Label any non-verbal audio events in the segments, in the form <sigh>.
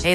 Hey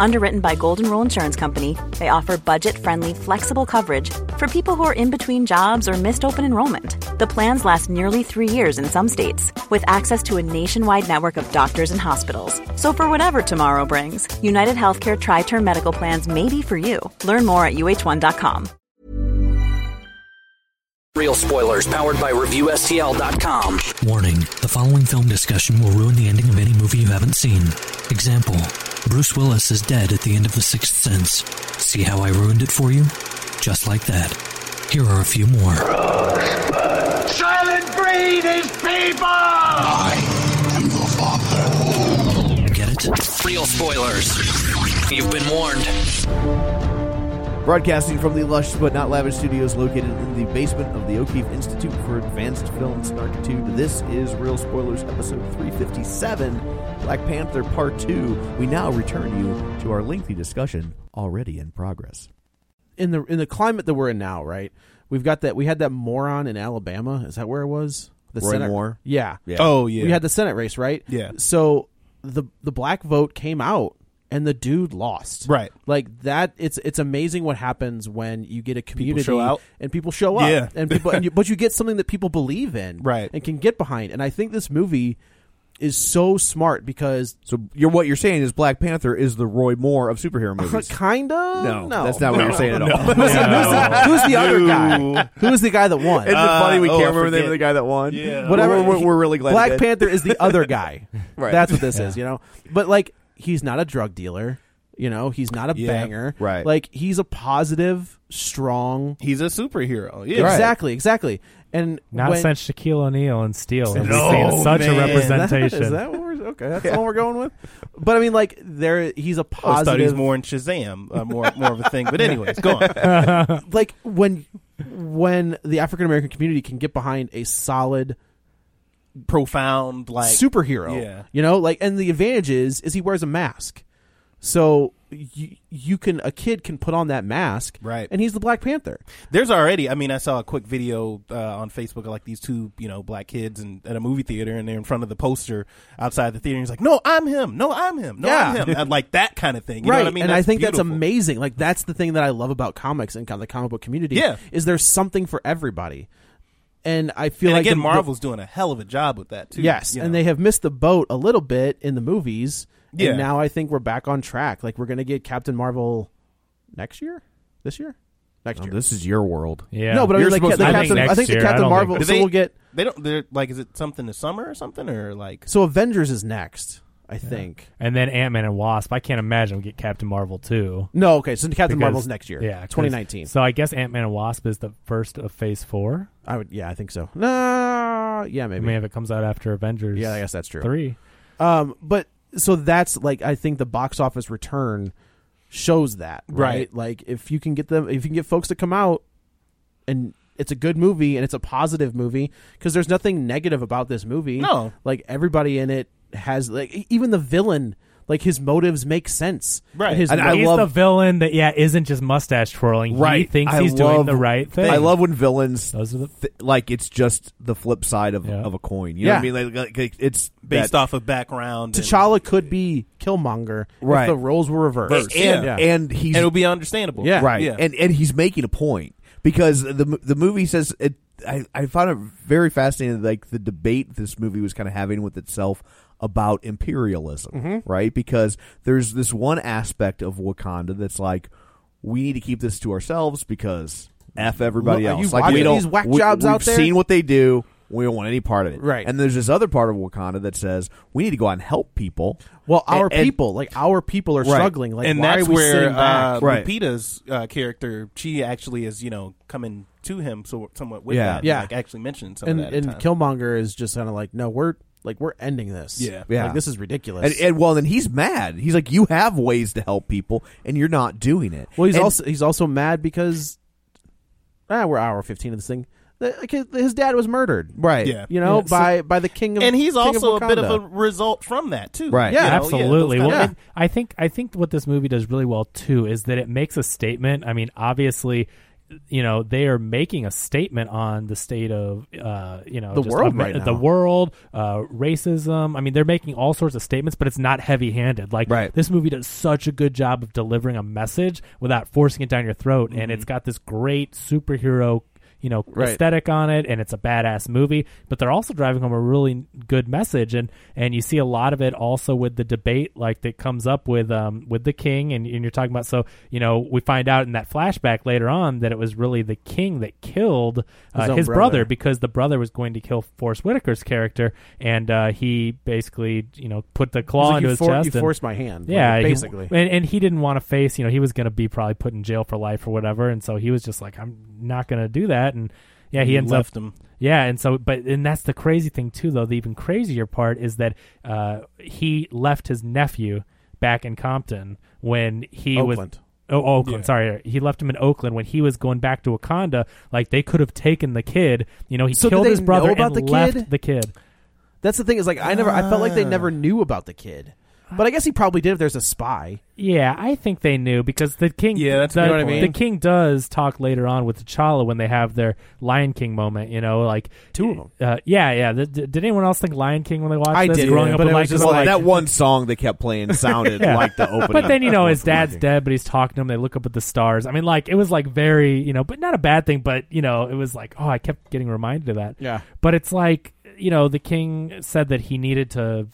Underwritten by Golden Rule Insurance Company, they offer budget friendly, flexible coverage for people who are in between jobs or missed open enrollment. The plans last nearly three years in some states, with access to a nationwide network of doctors and hospitals. So, for whatever tomorrow brings, United Healthcare Tri Term Medical Plans may be for you. Learn more at uh1.com. Real spoilers powered by ReviewSTL.com. Warning the following film discussion will ruin the ending of any movie you haven't seen. Example Bruce Willis is dead at the end of The Sixth Sense. See how I ruined it for you? Just like that. Here are a few more. Silent breed is people! I am your father. Get it? Real spoilers. You've been warned. Broadcasting from the lush but not lavish studios located in the basement of the O'Keefe Institute for Advanced Film Snarkitude, this is Real Spoilers episode 357, Black Panther Part 2. We now return you to our lengthy discussion already in progress. in the in the climate that we're in now, right? We've got that. We had that moron in Alabama. Is that where it was? The Roy Senate Moore? Yeah. Yeah. Oh yeah, We had the Senate race, right? Yeah. So the the black vote came out, and the dude lost. Right. Like that. It's it's amazing what happens when you get a community show out. and people show up. Yeah. And people, and you, but you get something that people believe in, Right. And can get behind. And I think this movie is so smart because So you're, what you're saying is Black Panther is the Roy Moore of superhero <laughs> movies. kind of Uh, No, that's not what you're <laughs> saying at <laughs> all. Who's, the- who's the, who's the other guy? No. Who is the guy that won? Isn't it funny we Uh, oh, I can't remember the name forget. of the guy that won? Yeah. whatever. We're, we're- we're really glad. Black he did. Panther is the other guy. <laughs> Right. That's what this is, you know. But like, he's not a drug dealer. You know, he's not a Yeah. banger. Right. Like, he's a positive, strong. he's a superhero. Yeah, Exactly. Exactly. And <laughs> Not when, since Shaquille O'Neal and Steel. And No, we've seen such man. a Is that- representation. Is that what we're, okay? That's the one we're going with. But I mean, like, there he's a I Oh, always thought he positive. was more in Shazam, uh, more more of a thing. But anyways, go on. <laughs> like when when the African American community can get behind a solid Profound, like superhero. yeah. You know, like, and the advantage is is he wears a mask, so you you can a kid can put on that mask, Right. And he's the Black Panther. There's already. I mean, I saw a quick video uh, on Facebook of like these two, you know, black kids and at a movie theater, and they're in front of the poster outside the theater. And he's like, "No, I'm him. No, I'm him. No, Yeah. I'm him." And, like that kind of thing. You right. know what I mean? and I think that's beautiful. amazing. Like that's the thing that I love about comics and kind of the comic book community. Yeah. Is there's something for everybody, and I feel And like again, the- Marvel's doing a hell of a job with that too. Yes, you and know. they have missed the boat a little bit in the movies. Yeah. And now I think we're back on track. Like we're gonna get Captain Marvel next year, this year, next year. This is your world. yeah. No, but I You're mean, like, supposed the to- I think Captain, I next think the year. I Captain don't Marvel. think- so they- we'll get They don't. They're like, is it something this summer or something, or like So Avengers is next, I think. and then Ant Man and Wasp. I can't imagine we get Captain Marvel too. No, okay. So Captain because- Marvel's next year. Yeah, 'cause- 2019. So I guess Ant Man and Wasp is the first of Phase Four. I would. Yeah, I think so. No, yeah, I maybe. mean, if it comes out after Avengers, yeah, I guess that's true. three. Um, but so that's like I think the box office return shows that right? Right. Like if you can get them, if you can get folks to come out, and it's a good movie and it's a positive movie because there's nothing negative about this movie. No. like everybody in it has like e- even the villain. Like his motives make sense, Right. His And I he's love- the villain that yeah isn't just mustache twirling. He Right. thinks I he's love- doing the right thing. I love when villains Those are the- th- like it's just the flip side of, Yeah. of a coin. You know Yeah. what I mean? Like, like it's based that- off of background? and- T'Challa could be Killmonger Right. if the roles were reversed. And- yeah. and he's and it'll be understandable. Yeah. right Yeah. and and he's making a point because the m- the movie says it I, I found it very fascinating like the debate this movie was kind of having with itself about imperialism Mm-hmm. right because there's this one aspect of wakanda that's like we need to keep this to ourselves because f everybody Look, are else you like watching we don't these whack we, jobs we've out there? seen what they do We don't want any part of it. Right. And there's this other part of Wakanda that says we need to go out and help people. Well, our And- and- people, like our people, are Right. struggling. Like, and why that's are we where sitting back? uh, Right. Lupita's uh, character, she actually is, you know, coming to him so somewhat with Yeah. that, and, Yeah. like actually mentioning some and of that. at and times. Killmonger is just kind of like, no, we're like we're ending this. Yeah. Yeah. Like, this is ridiculous. And, and well, then he's mad. He's like, you have ways to help people, and you're not doing it. well, he's And- also he's also mad because ah, we're hour fifteen of this thing. The- like, his- his dad was murdered, right. Yeah. you know, Yeah, so- by by the king of and he's king also a bit of a Wakanda. result from that too. Right. You Yeah, know, those Absolutely. kind well, of- it- I think I think what this movie does really well too is that it makes a statement. I mean, obviously, you know, they are making a statement on the state of uh, you know The just world Amer- right now. the world, uh, racism. I mean, they're making all sorts of statements, but it's not heavy handed. Like Right. this movie does such a good job of delivering a message without forcing it down your throat, Mm-hmm. and it's got this great superhero. You know, Right. aesthetic on it and it's a badass movie but they're also driving home a really good message and and you see a lot of it also with the debate like that comes up with um with the king and, and you're talking about so you know we find out in that flashback later on that it was really the king that killed uh, His his, own brother. brother. because the brother was going to kill Forrest Whitaker's character and uh, he basically you know put the He's claw like, into you, his for- chest you and- forced my hand. like, yeah, he- basically. and, and he didn't want to face, you know, he was going to be probably put in jail for life or whatever, and so he was just like, I'm not going to do that, and yeah, he, He ends left up, him. yeah, and so, but and that's the crazy thing too, though. The even crazier part is that uh, he left his nephew back in Compton when he Oakland. was. Oh, Oakland. Sorry, he left him in Oakland when he was going back to Wakanda. Like they could have taken the kid. You know, he So did killed they his brother know about and the left kid? the kid. That's the thing is like I never I felt like they Ah. never knew about the kid. But I guess he probably did if there's a spy. Yeah, I think they knew because the king. Yeah, that's a the, good point. The king does talk later on with T'Challa when they have their Lion King moment. You know, like Two of 'em. Uh, yeah, yeah. Th- th- did anyone else think Lion King when they watched I this? did, growing yeah, up but it was with Lion King? just Well, like- that one song they kept playing sounded <laughs> Yeah. like the opening. But then you know of his the dad's movie. dead, but he's talking to him. They look up at the stars. I mean, like it was like very you know, but not a bad thing. But you know, it was like oh, I kept getting reminded of that. Yeah. But it's like you know, the king said that he needed to.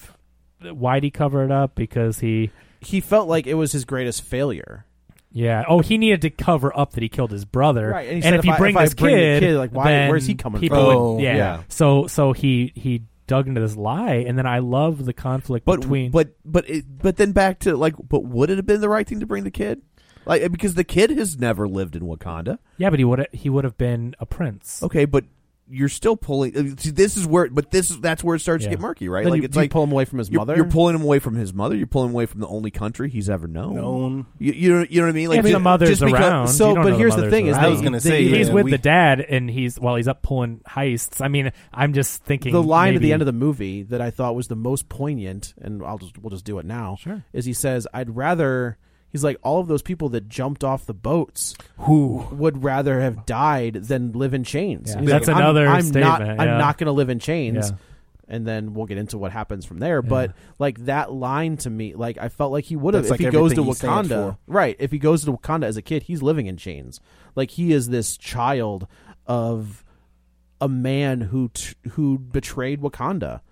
Why'd he cover it up? Because he. He felt like it was his greatest failure. Yeah. Oh, he needed to cover up that he killed his brother. Right, and he And, said, if, "If you I- bring if I this bring the kid, kid, like, why- then where's he coming people from?" would- Oh, yeah. yeah. So so he he dug into this lie, and then I love the conflict but between. but but it, but then back to like, but would it have been the right thing to bring the kid? Like because the kid has never lived in Wakanda. yeah, but he would he would have been a prince. Okay, but you're still pulling. uh, See, this is where, but this is that's where it starts Yeah. to get murky, right? Then like you, it's do you like pull him away from his you're, mother. you're pulling him away from his mother. You're pulling him away from the only country he's ever known. Known. You, you know, you know what I mean? Like If the ju- mother's just because- around, so, you don't but know here's the the, mother's thing is around. I was gonna say, he's yeah, with we- the dad, and he's while he's up pulling heists. I mean, I'm just thinking the line at maybe, the end of the movie that I thought was the most poignant, and I'll just we'll just do it now. Sure. Is he says, "I'd rather." He's like all of those people that jumped off the boats who would rather have died than live in chains. Yeah. He's That's like, another I'm, I'm Not, statement, I'm yeah. not going to live in chains. Yeah. And then we'll get into what happens from there. But like that line to me, like I felt like he would have That's if he like goes to everything he stands Wakanda. for. Right. If he goes to Wakanda as a kid, he's living in chains. Like he is this child of a man who t- who betrayed Wakanda.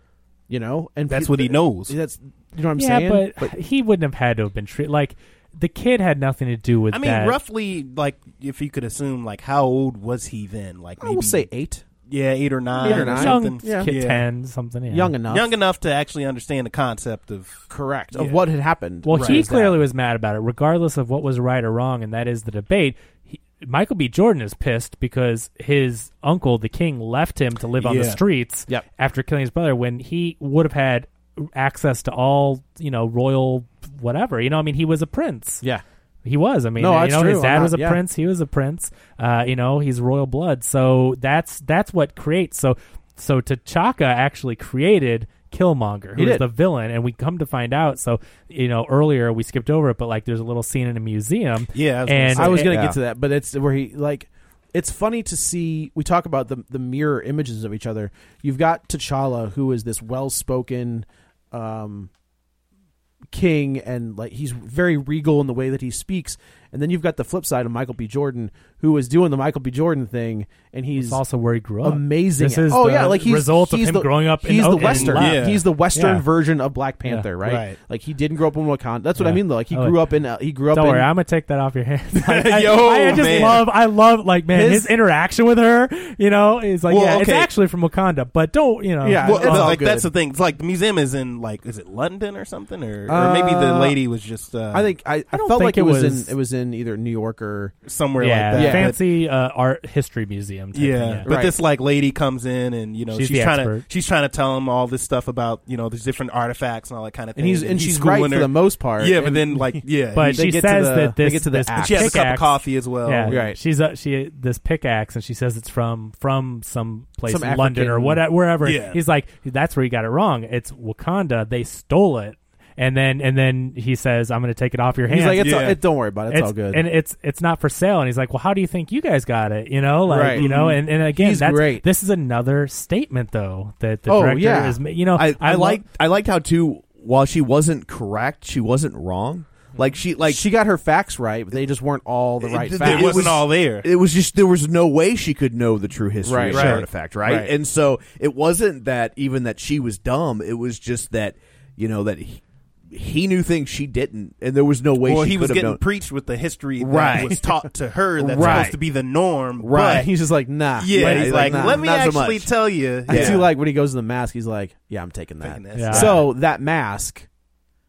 You know, and That's pe- what he knows. That's you know what I'm yeah, saying. but, he wouldn't have had to have been treated like the kid had nothing to do with I mean, that. roughly, like if you could assume, like how old was he then? Like I maybe, will say eight, yeah, eight or nine, Eight or nine. young something. Yeah. kid, ten something. Yeah. young enough, young enough to actually understand the concept of correct of Yeah. what had happened. Well, Right. he Is that- clearly was mad about it, regardless of what was right or wrong, and that is the debate. He, Michael B. Jordan is pissed because his uncle, the king, left him to live on the Yeah. streets Yep. after killing his brother when he would have had access to all, you know, royal whatever. You know, I mean, he was a prince. yeah, He was. I mean, No, you that's know, true. his I'm dad not- was a yeah. prince. He was a prince. Uh, you know, he's royal blood. So that's that's what creates. So so T'Chaka actually created Killmonger, He who is did. the villain, and we come to find out. So you know, earlier we skipped over it, but like there's a little scene in a museum. Yeah, I was gonna and say. I was gonna Yeah. get to that, but it's where he like. It's funny to see. We talk about the the mirror images of each other. You've got T'Challa, who is this well spoken, um, king, and like he's very regal in the way that he speaks. And then you've got the flip side of Michael B. Jordan, who is doing the Michael B. Jordan thing, and he's It's also where he grew up. amazing. This is oh the yeah, like he's result of he's him the, growing up. He's in the Oakland. western. Yeah. He's the western Yeah. version of Black Panther, right? right. Like he didn't grow up in Wakanda. That's what I Yeah. mean though. Like he Oh, grew yeah. up in uh, he grew up Don't in worry, I'm gonna take that off <laughs> your hands. I, I- Yo, I just man. love, I love, like, man, his, His- interaction with her, you know, is like, Well, yeah, it's okay. actually from Wakanda, but don't, you know, Yeah, I Well, it's no, love- all like good. that's the thing. It's like the museum is in like is it London or something, or, or Uh, maybe the lady was just uh, I think I, I, I don't felt think like it it was, was- in it was in either New York or somewhere yeah, like that. But- fancy uh, art history museum. Type Yeah, thing, yeah. but Right. this like lady comes in and you know She's she's, the trying expert. to she's trying to tell him all this stuff about you know these different artifacts and all that kind of thing. and he's and she's right for schooling her. the most part. Yeah, but and- <laughs> then like yeah, But They she get to says the- that they this get to the this axe. she has a cup of pickaxe- coffee as well. Yeah, Right. She's a, she this pickaxe, and she says it's from from some place Some in London or African- what wherever. Yeah. He's like, that's where you got it wrong. It's Wakanda. They stole it, and then and then he says, I'm going to take it off your hands. he's like, it's Yeah. all, it, don't worry about it. It's, all good. and it's it's not for sale. And he's like, well, how do you think you guys got it? You know, like Right. you know, and, and again, He's that's great. this is another statement though that the Oh, director yeah. is, ma- you know, I, I lo- liked I liked how too. While she wasn't correct, she wasn't wrong. Like she like she got her facts right, but they just weren't all the It- right it facts. It wasn't all there. It was just there was no way she could know the true history Right, of right. the artifact, right? Right. And so it wasn't that even that she was dumb. It was just that you know that he, he knew things she didn't, and there was no way Well, she he could was have getting known. preached with the history that Right. was taught to her that's Right. supposed to be the norm. <laughs> Right. But He's just like, nah. yeah, But he's, he's like, like, nah, let me not so actually much. tell you. I Yeah. see, like when he goes to the mask, he's like, "Yeah, I'm taking that." Taking this. Yeah. So that mask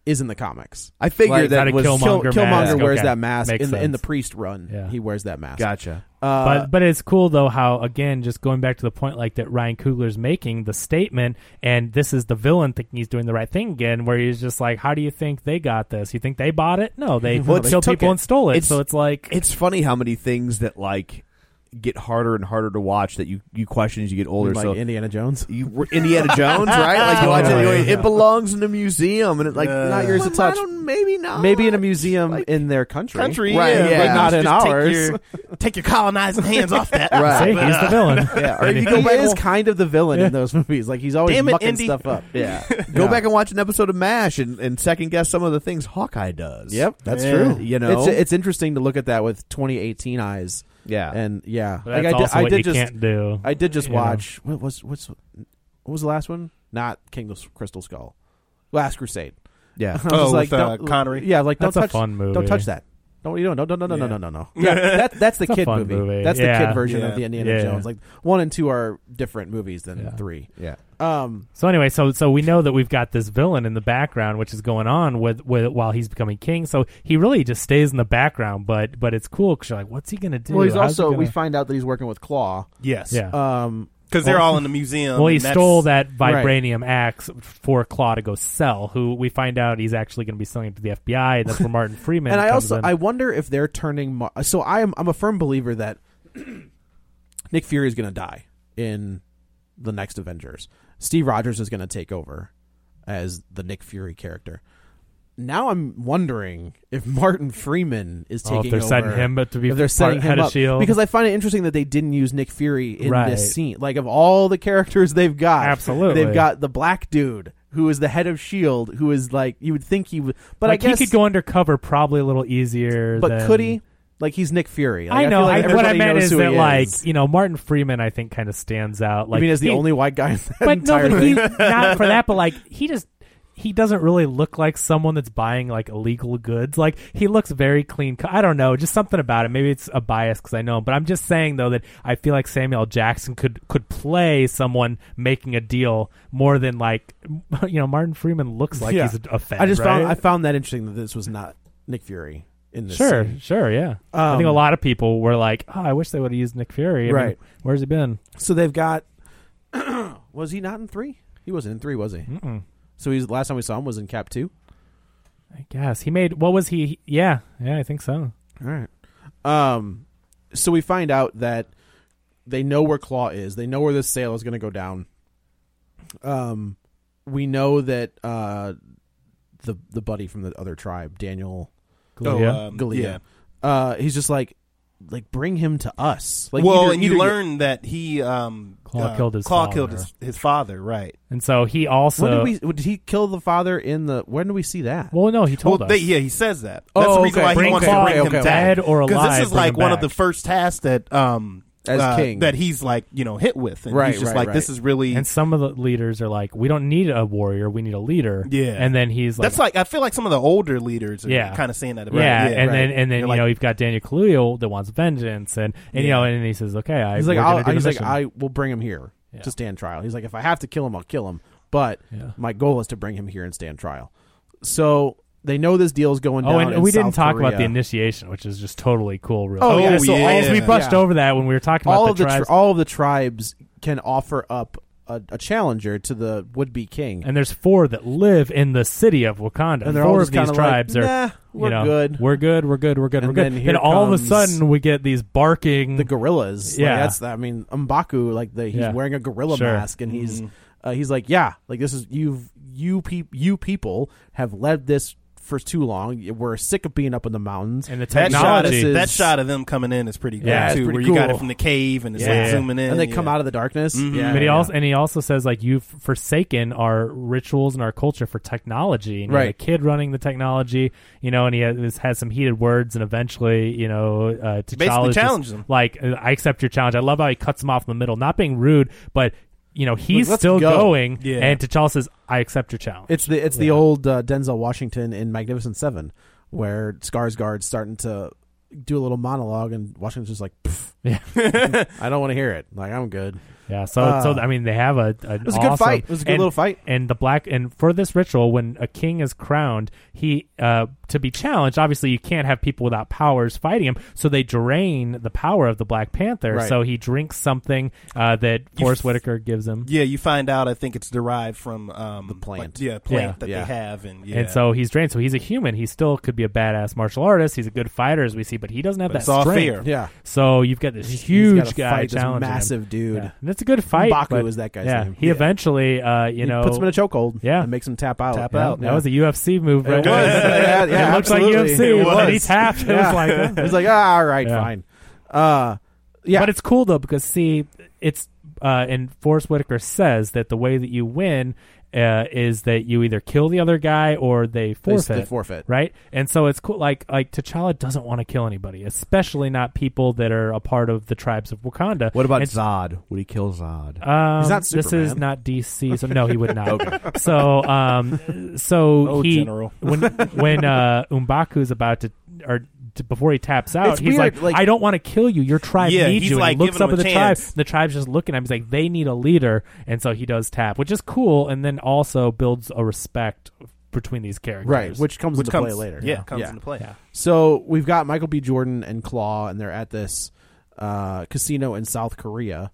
is in the comics. I figured Like, not that a was Killmonger Kill- mask. Killmonger wears Okay. that mask Makes in the, in the sense. priest run. Yeah. He wears that mask. gotcha. Uh, but but it's cool though how again just going back to the point like that Ryan Coogler's making the statement and this is the villain thinking he's doing the right thing again where he's just like how do you think they got this you think they bought it no they, Well, they they killed took people it. and stole it It's- so it's like It's funny how many things that like get harder and harder to watch that you you question as you get older. like so <laughs> Indiana Jones. you were Indiana Jones, right? Like you watch it, Totally. you <laughs> go, it belongs in a museum, and it like Yeah. not yours Well, to I touch. Maybe not. Maybe in a museum like- in their country. country, Right, yeah, yeah. but But not just in take ours. <laughs> your- Take your colonizing <laughs> hands off that. <laughs> see, Right. he's the <laughs> villain <laughs> Yeah, or And you he- go He back is and- kind of the villain in those movies. Like he's always Damn it, mucking Indy. stuff <laughs> up. Yeah. Go Yeah. back and watch an episode of MASH and, and second guess some of the things Hawkeye does. Yep, that's Yeah. true. You know? it's it's interesting to look at that with 2018 eyes. Yeah. and yeah, But that's I did, also I what did you just, can't do I did just you know. watch what was what's what was the last one? Not King of the Crystal Skull, <laughs> Last Crusade. yeah. I was Oh, just like with, uh, don't- Connery? Yeah, like That's don't a touch, fun movie. Don't touch that. Don't you don't no no no no no no Yeah. no <laughs> no. Yeah, that, that's the It's a kid fun movie. movie. That's the Yeah. kid version Yeah. of the Indiana Yeah. Jones. Like one and two are different movies than Yeah. three. Yeah. Um, So anyway, so so we know that we've got this villain in the background, which is going on with, with while he's becoming king. So he really just stays in the background, but but it's cool because you're like, what's he gonna do? well, he's How's he also we gonna- find out that he's working with Claw. Yes. yeah. Um, Because they're all in the museum. Oh. well, he and that's- stole that Right. vibranium axe for Claw to go sell. Who we find out he's actually going to be selling it to the FBI. And that's where Martin Freeman. and I comes also in. I wonder if they're turning. Mar- so I am I'm a firm believer that <clears throat> Nick Fury is going to die in the next Avengers. Steve Rogers is going to take over as the Nick Fury character. Now I'm wondering if <laughs> Martin Freeman is Oh, taking if they're over. setting him up to be if they're part- setting head him of up Shield. because I find it interesting that they didn't use Nick Fury in E Right. this scene. Like of all the characters they've got, Absolutely. they've got the black dude who is the head of Shield, E who is like you would think he would, but like I guess he could go undercover probably a little easier. but than- could he? Like he's Nick Fury. Like, I know. feel like I, what I everybody meant knows is who that, he like, is. you know, Martin Freeman, I think, kind of stands out. Like, I mean, as the he- only white guy <laughs> in that but no, entire but he thing. not for that. <laughs> But like he just he doesn't really look like someone that's buying like illegal goods. Like he looks very clean. co- I don't know, just something about it. Maybe it's a bias because I know. him, But I'm just saying though that I feel like Samuel L. Jackson could could play someone making a deal more than like <laughs> you know Martin Freeman looks like Yeah. he's a fan. I just found I right? found that interesting that this was not Nick Fury in this. sure, scene. sure, yeah. I think Um, a lot of people were like, "Oh, I wish they would have used Nick Fury." I mean, Right. where's he been? So they've got. <clears throat> was he not in three? He wasn't in three, was he? Mm-mm. So he's last time we saw him was in Cap two. I guess he made. What was he? Yeah, yeah, I think so. All right. Um, so we find out that they know where Claw is. They know where this sale is going to go down. Um, we know that uh, the the buddy from the other tribe, Daniel Oh, Yeah. um, Galea, yeah. uh, he's just like like bring him to us. Like well, either- and you either- learn that he um, Claw killed his Claw father. killed his, his father, right? And so he also. When did we? Did he kill the father in the? When do we see that? well, no, he told well, us. they- yeah, he says that. That's Oh, the reason okay. why he Bring wants Claw- to bring okay, him okay. back. Dead or Because alive, this is bring like him one of back. the first tasks that um As uh, king. that he's like you know hit with, and Right, he's just right, like right. this is really. and some of the leaders are like, we don't need a warrior, we need a leader. Yeah. And then he's like, that's like I feel like some of the older leaders are Yeah. kind of saying that about yeah, it. and then right. and You're then you like, know you've got Daniel Kaluuya that wants vengeance, and and you Yeah. know, and he says, okay, I He's like, we're gonna do I'll, the he's like, mission. I will bring him here to stand trial. He's like, if I have to kill him, I'll kill him. But Yeah. my goal is to bring him here and stand trial. So they know this deal's going Oh, down. and in we didn't South talk about Korea. the initiation, which is just totally cool. Really. Oh, yeah, So yeah, all- yeah. we brushed Yeah. over that when we were talking all about of the tri- tribes. all of the tribes can offer up a, a challenger to the would be king, and there's four that live in the city of Wakanda. And they're all four just of these kinda like, tribes are. "Nah, we're you know, good." We're good. We're good. We're good. And we're good. then here all of a comes sudden, we get these barking. the gorillas. like, Mm. Yeah. that's I mean Mbaku. Like the, he's Yeah. wearing a gorilla Sure. Mm-hmm. mask, and he's uh, he's like, yeah, like this is you've you peop you people have led this for too long. We're sick of being up in the mountains, and the that shot, technology. of, is- that shot of them coming in is pretty good Yeah, it's too, pretty where you got cool. it from the cave and it's Yeah. like zooming in, and they come out of the darkness. Mm-hmm. Yeah, but he yeah, also and he also says like you've forsaken our rituals and our culture for technology. And you have Right. a kid running the technology, you know, and he has, has some heated words, and eventually, you know, uh, T'Challa Basically is just challenge him. Like uh, I accept your challenge. I love how he cuts him off in the middle, not being rude, but you know he's let's still go. going. Yeah. And T'Challa says, "I accept your challenge." It's the it's the old uh, Denzel Washington in Magnificent Seven, where Skarsgård's starting to do a little monologue, and Washington's just like, "Pff, Yeah. <laughs> I don't want to hear it. Like I'm good. Yeah, so Uh, so I mean they have a. a it was a good fight. It was a good little fight. And the black and for this ritual, when a king is crowned, he uh to be challenged. Obviously, you can't have people without powers fighting him. So they drain the power of the Black Panther. Right. So he drinks something uh, that Forrest Whitaker gives him, Yeah, you find out. I think it's derived from um, the plant. yeah, plant Yeah. that Yeah. they have, and yeah. and so he's drained. So he's a human. He still could be a badass martial artist. He's a good fighter, as we see, but he doesn't have But that it's all strength. fair. Yeah, So you've got this He's huge gotta guy fight this challenging him. massive dude. Yeah. And it's a good fight. M'Baku but- is that guy's yeah, name. He Yeah. eventually, uh, you He know, puts him in a chokehold. Yeah. and makes him tap out. Tap Yeah, out. That was a UFC move, right? It was. <laughs> yeah, yeah, it looked absolutely. like UFC. It but was. he tapped. <laughs> It Yeah. was <laughs> like, It's like, ah, all right, Yeah. fine. Uh, yeah, But it's cool though because see, it's uh, and Forrest Whitaker says that the way that you win uh, is that you either kill the other guy or they They- forfeit. they forfeit. right? And so it's cool. Like like T'Challa doesn't want to kill anybody, especially not people that are a part of the tribes of Wakanda. What about And- Zod? Would he kill Zod? Um, He's not This is Superman. not DC, so no, he <laughs> would not. So, um, so Oh, he General. when <laughs> when uh, Umbaku's about to or t- before he taps out, It's he's weird, like, like- "I don't want to kill you. Your tribe Yeah, needs he's you." And like he looks giving up at him the a tribe. chance. The tribe's just looking at him. He's like, "They need a leader," and so he does tap, which is cool, and then also builds a respect between these characters. right, which comes which into play comes later. Yeah, comes into play. Yeah. So we've got Michael B. Jordan and Claw, and they're at this uh, casino in South Korea.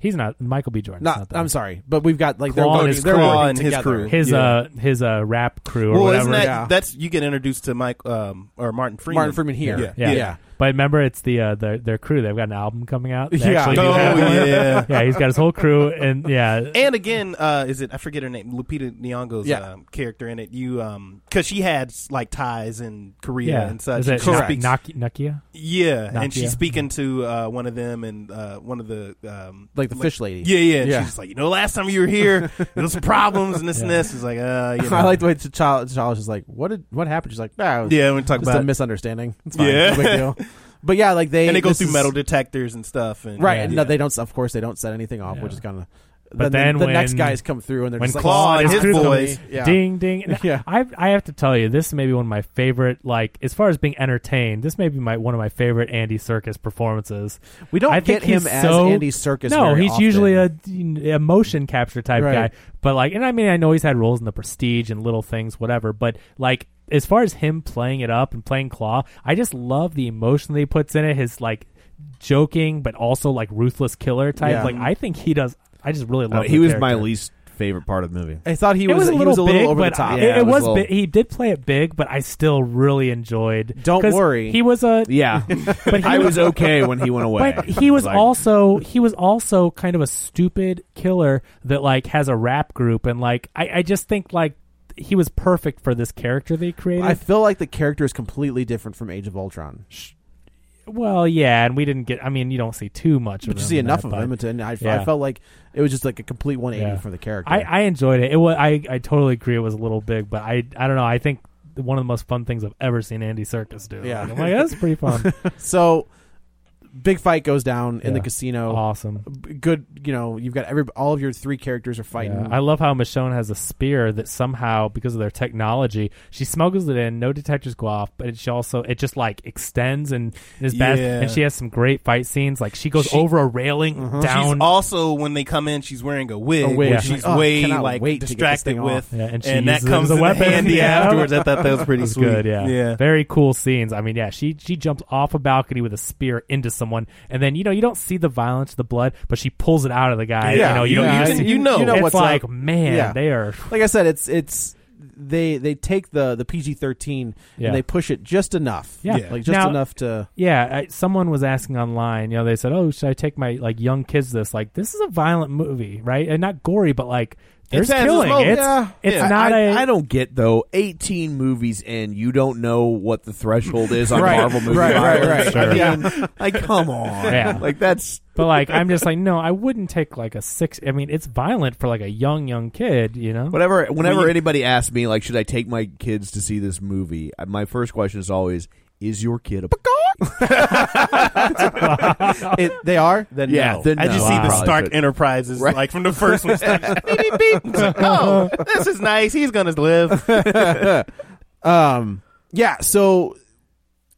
he's not Michael B. Jordan. Not, not that. I'm sorry, but we've got like Claw they're and working, his- they're Claw working and his together. crew. his Yeah. uh his uh rap crew or well, whatever. isn't that Yeah. that's you get introduced to Mike um, or Martin Freeman? Martin Freeman here. Yeah, Yeah. Yeah. But remember, it's the uh, their their crew. They've got an album coming out. They Yeah. actually do Oh, have one. <laughs> yeah. yeah. He's got his whole crew, and yeah, And again, uh, is it I forget her name? Lupita Nyong'o's Yeah. um, character in it. You um, because she had like ties in Korea yeah. and such. Is it She Nak- speaks- Nak- Nakia? yeah, Nak- and she's yeah. speaking to uh, one of them and uh, one of the um, Like the fish lady. <laughs> Yeah, yeah. And Yeah. She's just like, you know, last time you <laughs> were here, there was some problems and this and this. It's like, uh, you know. I like the way T'Challa, T'Challa's just like, what did what happened? She's like, nah, it was Yeah, we talk just about a it. misunderstanding. It's fine. Yeah. No big deal. <laughs> But yeah, like they and they go this through is- metal detectors and stuff. And right? Yeah. And no, they don't. Of course, they don't set anything off, Yeah. which is kind of. But then, the- then the next when- guys come through and they're When just like, Claw Claw and and his his crew boys- comes, Yeah. <laughs> ding ding. Yeah. I I have to tell you, this may be one of my favorite. Like as far as being entertained, this may be my one of my favorite Andy Circus performances. We don't I get think he's him as so- Andy Circus. No, he's usually a, a motion capture type Right. guy. But like, and I mean, I know he's had roles in The Prestige and little things, whatever. But like, as far as him playing it up and playing Claw, I just love the emotion that he puts in it. His like joking, but also like ruthless killer type. Yeah. Like, I think he does. I just really Uh, love. he the was character. my least favorite part of the movie. I thought he It was, was a he little was a little big, over but the top. I- Yeah, it, it was was. a little- big. He did play it big, but I still really enjoyed. Don't 'cause worry. he <laughs> was a. Yeah, But he <laughs> I was okay when he went away. But he was Like, also he was also kind of a stupid killer that like has a rap group and like I, I just think like he was perfect for this character they created. I feel like the character is completely different from Age of Ultron. Well, yeah, and we didn't get. I mean, you don't see too much of. But you him see in enough that, of but- him, and I, Yeah. I felt like it was just like a complete 180 Yeah. for the character. I, I enjoyed it. It was I, I totally agree. It was a little big, but I I don't know. I think one of the most fun things I've ever seen Andy Circus do. Yeah. Like, I'm like that's <laughs> pretty fun. so big fight goes down in the Yeah. casino. awesome. B- Good, you know, you've got every all of your three characters are fighting. Yeah. I love how Michonne has a spear that somehow, because of their technology, she smuggles it in. No detectors go off, but it, she also it just like extends and is bad. Yeah. And she has some great fight scenes. Like she goes She- Uh-huh. over a railing She's down. also when they come in, she's wearing a wig, A wig. which Yeah. she's Oh, I way cannot like wait to get this distracted thing off. with, Yeah, and she that uses it comes as a in weapon. <laughs> handy Yeah. afterwards. I thought that was pretty That's sweet. good, yeah. yeah. <laughs> Very cool scenes. I mean, yeah, she she jumps off a balcony with a spear into someone, and then you know you don't see the violence, the blood, but she pulls it out of the guy. Yeah, you know, you, you don't- can- see- you know it's what's like up. man, Yeah. they are. like I said, it's it's they they take the the PG thirteen Yeah. and they push it just enough. Yeah. like just Now- enough to. Yeah, I, someone was asking online. You know, they said, "Oh, should I take my like young kids this? Like, this is a violent movie, right? And not gory, but like there's It's at its killing. moment. It's Yeah. it's Yeah. not I, a. I don't get though. Eighteen movies in, you don't know what the threshold is on <laughs> Right, Marvel movies. right, right, violence. right. I mean, like come on, Yeah. like that's But like, <laughs> I'm just like, no, I wouldn't take like a six. I mean, it's violent for like a young young kid, you know. whatever. Whenever Well, you- anybody asks me, like, should I take my kids to see this movie? I- My first question is always, is your kid a It, they are then Yeah, no. then I just no. see the Probably Stark should. Enterprises <laughs> like from the first one. Stark, beep, beep, beep. <laughs> It's like, oh, this is nice. He's gonna live. <laughs> Um, yeah, so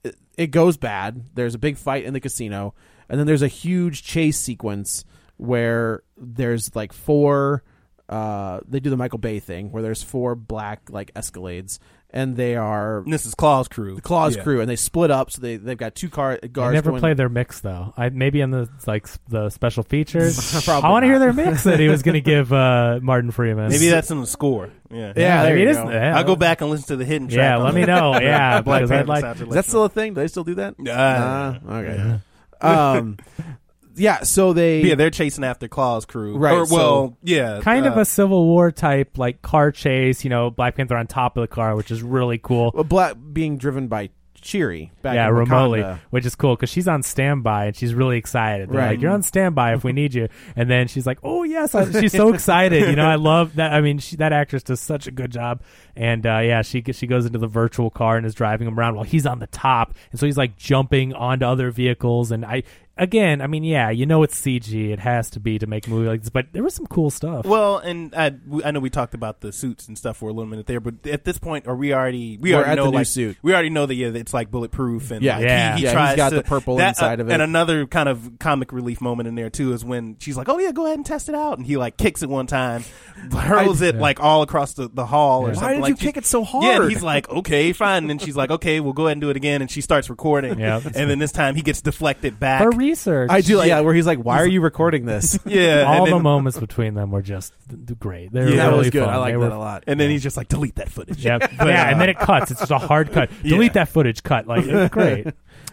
it, it goes bad. There's a big fight in the casino, and then there's a huge chase sequence where there's like four. Uh, they do the Michael Bay thing where there's four black like Escalades, and they are this is Claw's crew. the Claws Yeah. crew, and they split up. So they they've got two car I guards. never going- play their mix though. I maybe on the like s- the <laughs> special features. <laughs> Probably I want to not. hear their mix that he was going to give uh, Martin Freeman. Maybe that's in the score. Yeah. Yeah, there maybe you it is- go. yeah. I'll go back and listen to the hidden track. Yeah, on let the- <laughs> me know. Yeah, Black because I'd Panther like. Is that still a thing? Do they still do that? Uh, Uh, okay. Um, <laughs> yeah. So they yeah, they're chasing after Claw's crew. Right, Or, so- well, yeah. kind uh, of a Civil War type, like car chase. You know, Black Panther on top of the car, which is really cool. Well, black being driven by Cheery. Back yeah, in remotely, Wakanda. which is cool because she's on standby and she's really excited. They're Right. like, "You're on standby if we <laughs> need you," and then she's like, "Oh yes," I, she's so excited. You know, I love that. I mean, she, that actress does such a good job. And uh, yeah, she she goes into the virtual car and is driving him around while he's on the top, and so he's like jumping onto other vehicles. And I again, I mean, yeah, you know, it's CG. It has to be to make a movie like this, but there was some cool stuff. Well, and I, we- I know we talked about the suits and stuff for a little minute there, but at this point, are we already we We're already at know the new like suit. we already know that yeah, that it's like bulletproof and Yeah. like, Yeah. he, he Yeah, he's tries got to- the purple that, uh, inside of it. and another kind of comic relief moment in there too is when she's like, oh yeah, go ahead and test it out, and he like kicks it one time, <laughs> hurls it like all across the, the hall or Why something. did like, you she- kick it so Yeah, and hard? he's like, okay, fine, and then she's like, okay, we'll go ahead and do it again, and she starts recording, Yeah. and then this time he gets deflected back. For research, I do. Like, yeah, where he's like, "Why are you recording this?" <laughs> yeah, all and the then, moments between them were just th- th- great. They were that really was good. Fun. I like They that were- a lot. and then he's just like, delete that footage. <laughs> Yep. yeah, and then it cuts. It's just a <laughs> hard cut. Delete that footage. Cut. Like it's great.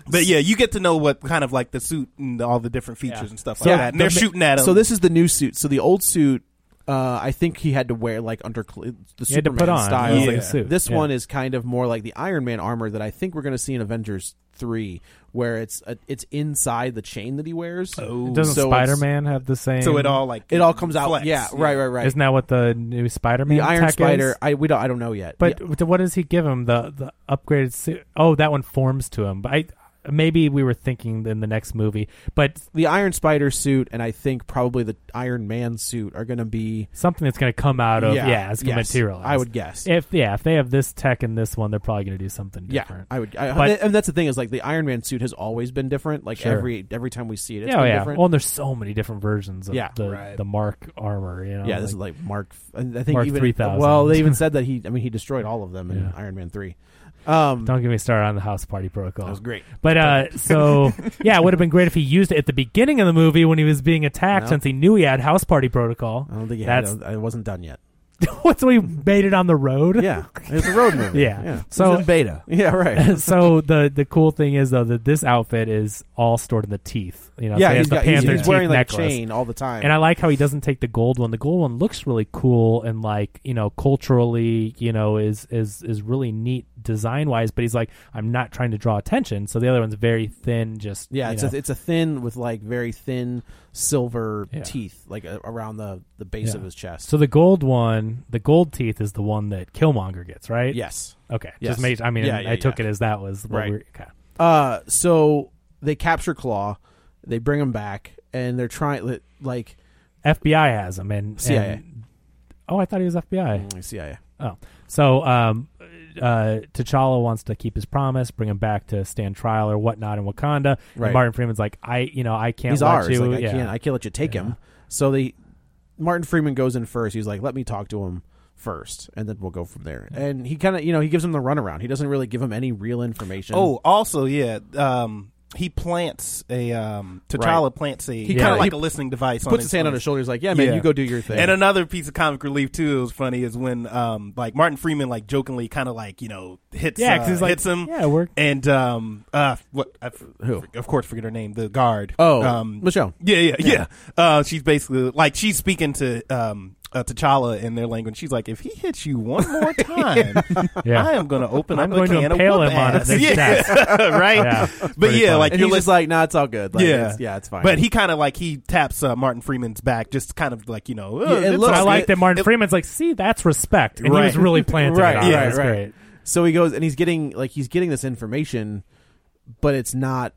But yeah, you get to know what kind of like the suit and all the different features and stuff like Yeah. that. And they're The ma- shooting at him. Um, So this is the new suit. So the old suit, uh, I think he had to wear like under cl- the You had to Superman put on style. it was like Yeah. a suit. This Yeah. one is kind of more like the Iron Man armor that I think we're going to see in Avengers three, where it's uh it's inside the chain that he wears. Oh. doesn't so it's- Spider Man have the same? so it all like It all comes out. flex. Yeah, right, right, right. Isn't that what the new Spider Man? the Iron tech Spider. Is? I we don't. I don't know yet. But th- what does he give him? The the upgraded suit. Oh, that one forms to him. But I maybe we were thinking in the next movie, but the Iron Spider suit and I think probably the Iron Man suit are going to be something that's going to come out of yeah, it's going to yes, materialize. I would guess. If yeah, if they have this tech in this one, they're probably going to do something yeah, different. I would. I, But- and that's the thing is like the Iron Man suit has always been different. Like Sure. every every time we see it, it's yeah, oh, been yeah. different. Well, and there's so many different versions of Yeah, the right. the Mark armor. You know, yeah, like- this is like Mark. I think Mark even 3000. well, they even said that he. I mean, he destroyed all of them in Yeah. Iron Man three. Um, Don't get me started on the house party protocol. that was great. But uh, so yeah, it would have been great if he used it at the beginning of the movie when he was being attacked, No. since he knew he had house party protocol. I don't think he that's had. I wasn't done <laughs> yet. what's we made it on the road. Yeah, it's a road movie. yeah. yeah. So beta? <laughs> Yeah, right. <laughs> so the the cool thing is though that this outfit is all stored in the teeth. You know, so yeah, he has he's, the got, he's, panther he's teeth wearing like a necklace. chain all the time. And I like how he doesn't take the gold one. The gold one looks really cool and like you know culturally, you know, is is is really neat design wise, but he's like, I'm not trying to draw attention. So the other one's very thin, just Yeah, you it's know. a, it's a thin with like very thin silver Yeah. teeth like uh, around the the base Yeah. of his chest. so the gold one, the gold teeth is the one that Killmonger gets, right? yes. Okay. Yes. Just made. I mean, Yeah, I yeah, took yeah. it as that was what Right. we were- okay. Uh, so they capture Claw, they bring him back, and they're trying li- like FBI has him, and CIA. and- oh, I thought he was FBI. Mm, CIA. Oh, so um, uh, T'Challa wants to keep his promise, bring him back to stand trial or whatnot in Wakanda. And Right. Martin Freeman's like, I, you know, I can't He's let ours. you. Like, I yeah. can't. I can't let you take Yeah. him. So they Martin Freeman goes in first. He's like, let me talk to him first, and then we'll go from Hmm. there. And he kind of you know he gives him the runaround. He doesn't really give him any real information. Oh, also, yeah. Um, he plants a um, T'Challa Right. plants a He kind kinda- of like he a listening device. on puts his hand on his shoulder. He's like, yeah, man, Yeah. you go do your thing. And another piece of comic relief too. It was funny is when um like Martin Freeman like jokingly kind of like you know hits Yeah, yeah 'cause he's like, like, hits him yeah, we're- and um uh what I, f- Who? of course forget her name the guard oh, um Michelle. yeah, yeah, yeah. Uh, she's basically like she's speaking to um, uh, T'Challa in their language. She's like, if he hits you one more time, Yeah. I am going to open I'm up going a to can impale of him on whoop his <laughs> ass. <laughs> chest. <laughs> Yeah, right. Yeah, it's but pretty yeah, funny. like And you're he's just lis- like, nah, it's all good. Like, yeah, it's, yeah, it's fine. But he kind of like he taps uh, Martin Freeman's back, just kind of like you know. Yeah, Uh, it it's looks- I all like good. that Martin It- Freeman's like, see, that's respect, and he was Right. really planting Right, it on. yeah, That's right. great. So he goes and he's getting like he's getting this information, but it's not.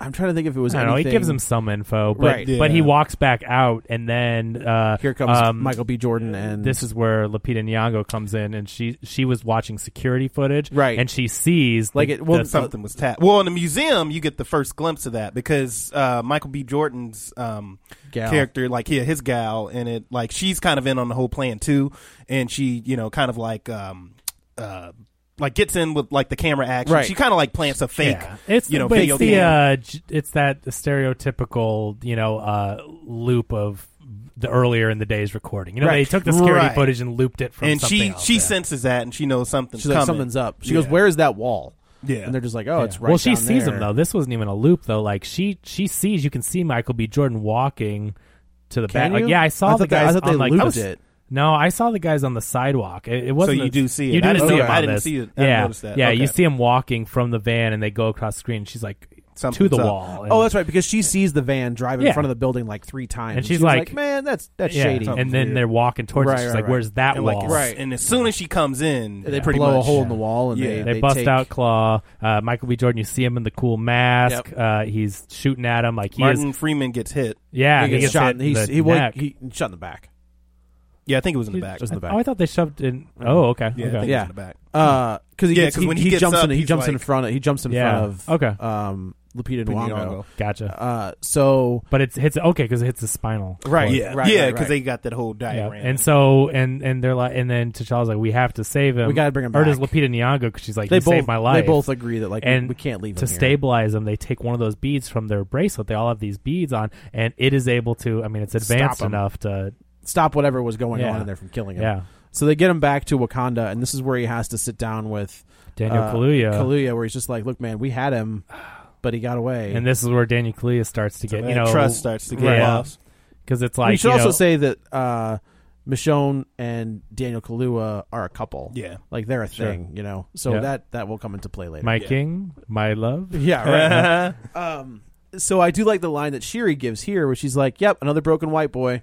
I'm trying to think if it was. I don't know. He anything- gives him some info, but Right. but he Yeah. walks back out, and then uh, Here comes um, Michael B. Jordan and This is where Lupita Nyong'o comes in, and she she was watching security footage, Right. And she sees Like the- it- well, the- something was tapped. Well, in the museum, you get the first glimpse of that because uh, Michael B. Jordan's um, Gal. character, like yeah, his gal, and it like she's kind of in on the whole plan too, and she you know kind of like um uh like gets in with like the camera action. Right. She kind of like plants a fake. yeah. It's you know but video it's the game. uh, j- it's that stereotypical you know uh, loop of the earlier in the day's recording. You know, they Right. took the security Right. footage and looped it from and something she else, she yeah. senses that and she knows something's she's like, coming. something's up. She Yeah. goes, "Where is that wall?" Yeah. and they're just like, "Oh, it's Yeah. right." Well, she down sees there. him though. This wasn't even a loop though. Like she she sees you can see Michael B. Jordan walking to the Can back. Like you? yeah, I saw I the thought they- I guys thought they on like looped I was- it. No, I saw the guys on the sidewalk. It, it wasn't. you a- do see it. You do I didn't see see him it. I on didn't this. see it. I didn't Yeah, notice that. yeah. You Okay. see him walking from the van, and they go across the screen. She's like to Something's the up. wall. And, Oh, that's right, because she sees the van drive in Yeah. front of the building like three times, And she's she was like- "Man, that's that's yeah. shady." And then they're walking towards. Right, it. She's right, like, right. "Where's that and, wall?" like, right. And as soon as she comes in, They pretty blow a much, hole in the wall, and Yeah. they They, bust take- out Claw. Uh, Michael B. Jordan, you see him in the cool mask. Yep. Uh, he's shooting at him like he Martin is. Freeman gets hit. Yeah, He gets shot. hit in- in He's the he well, neck. he he shot in the back. Yeah, I think it was in the back. Just in the back. Oh, I thought they shoved in. Oh, okay. Yeah, I okay. think Yeah. it was in the back. because he, Yeah, gets- 'cause he, when he he gets jumps up, in, he he's jumps in like- front of he jumps in Yeah. front of Okay. um, Lupita Nyong'o. Gotcha. Uh, so But it's hits okay because it hits the spinal. cord. yeah, right, yeah, right, because right. they got that whole Yeah. diagram. And so and and they're like and then T'Challa's like we have to save him. We gotta bring him Or does back. Lupita Nyong'o because she's like they you both saved my life. they both agree that like we- and we can't leave to him here. stabilize them. They take one of those beads from their bracelet. They all have these beads on, and it is able to. I mean, it's advanced 'em. enough to. stop whatever was going Yeah. on in there from killing him. Yeah. So they get him back to Wakanda, and this is where he has to sit down with Daniel uh, Kaluuya. Kaluuya, where he's just like, "Look, man, we had him, but he got away." And this is where Daniel Kaluuya starts to get you know trust starts to get yeah. lost. because it's like we should you also know, say that uh, Michonne and Daniel Kaluuya are a couple. Yeah. like they're a thing, you know. So Yeah. that that will come into play later. my king, my love. <laughs> Yeah, right. <laughs> Um, so I do like the line that Shiri gives here, where she's like, "Yep, another broken white <laughs> boy.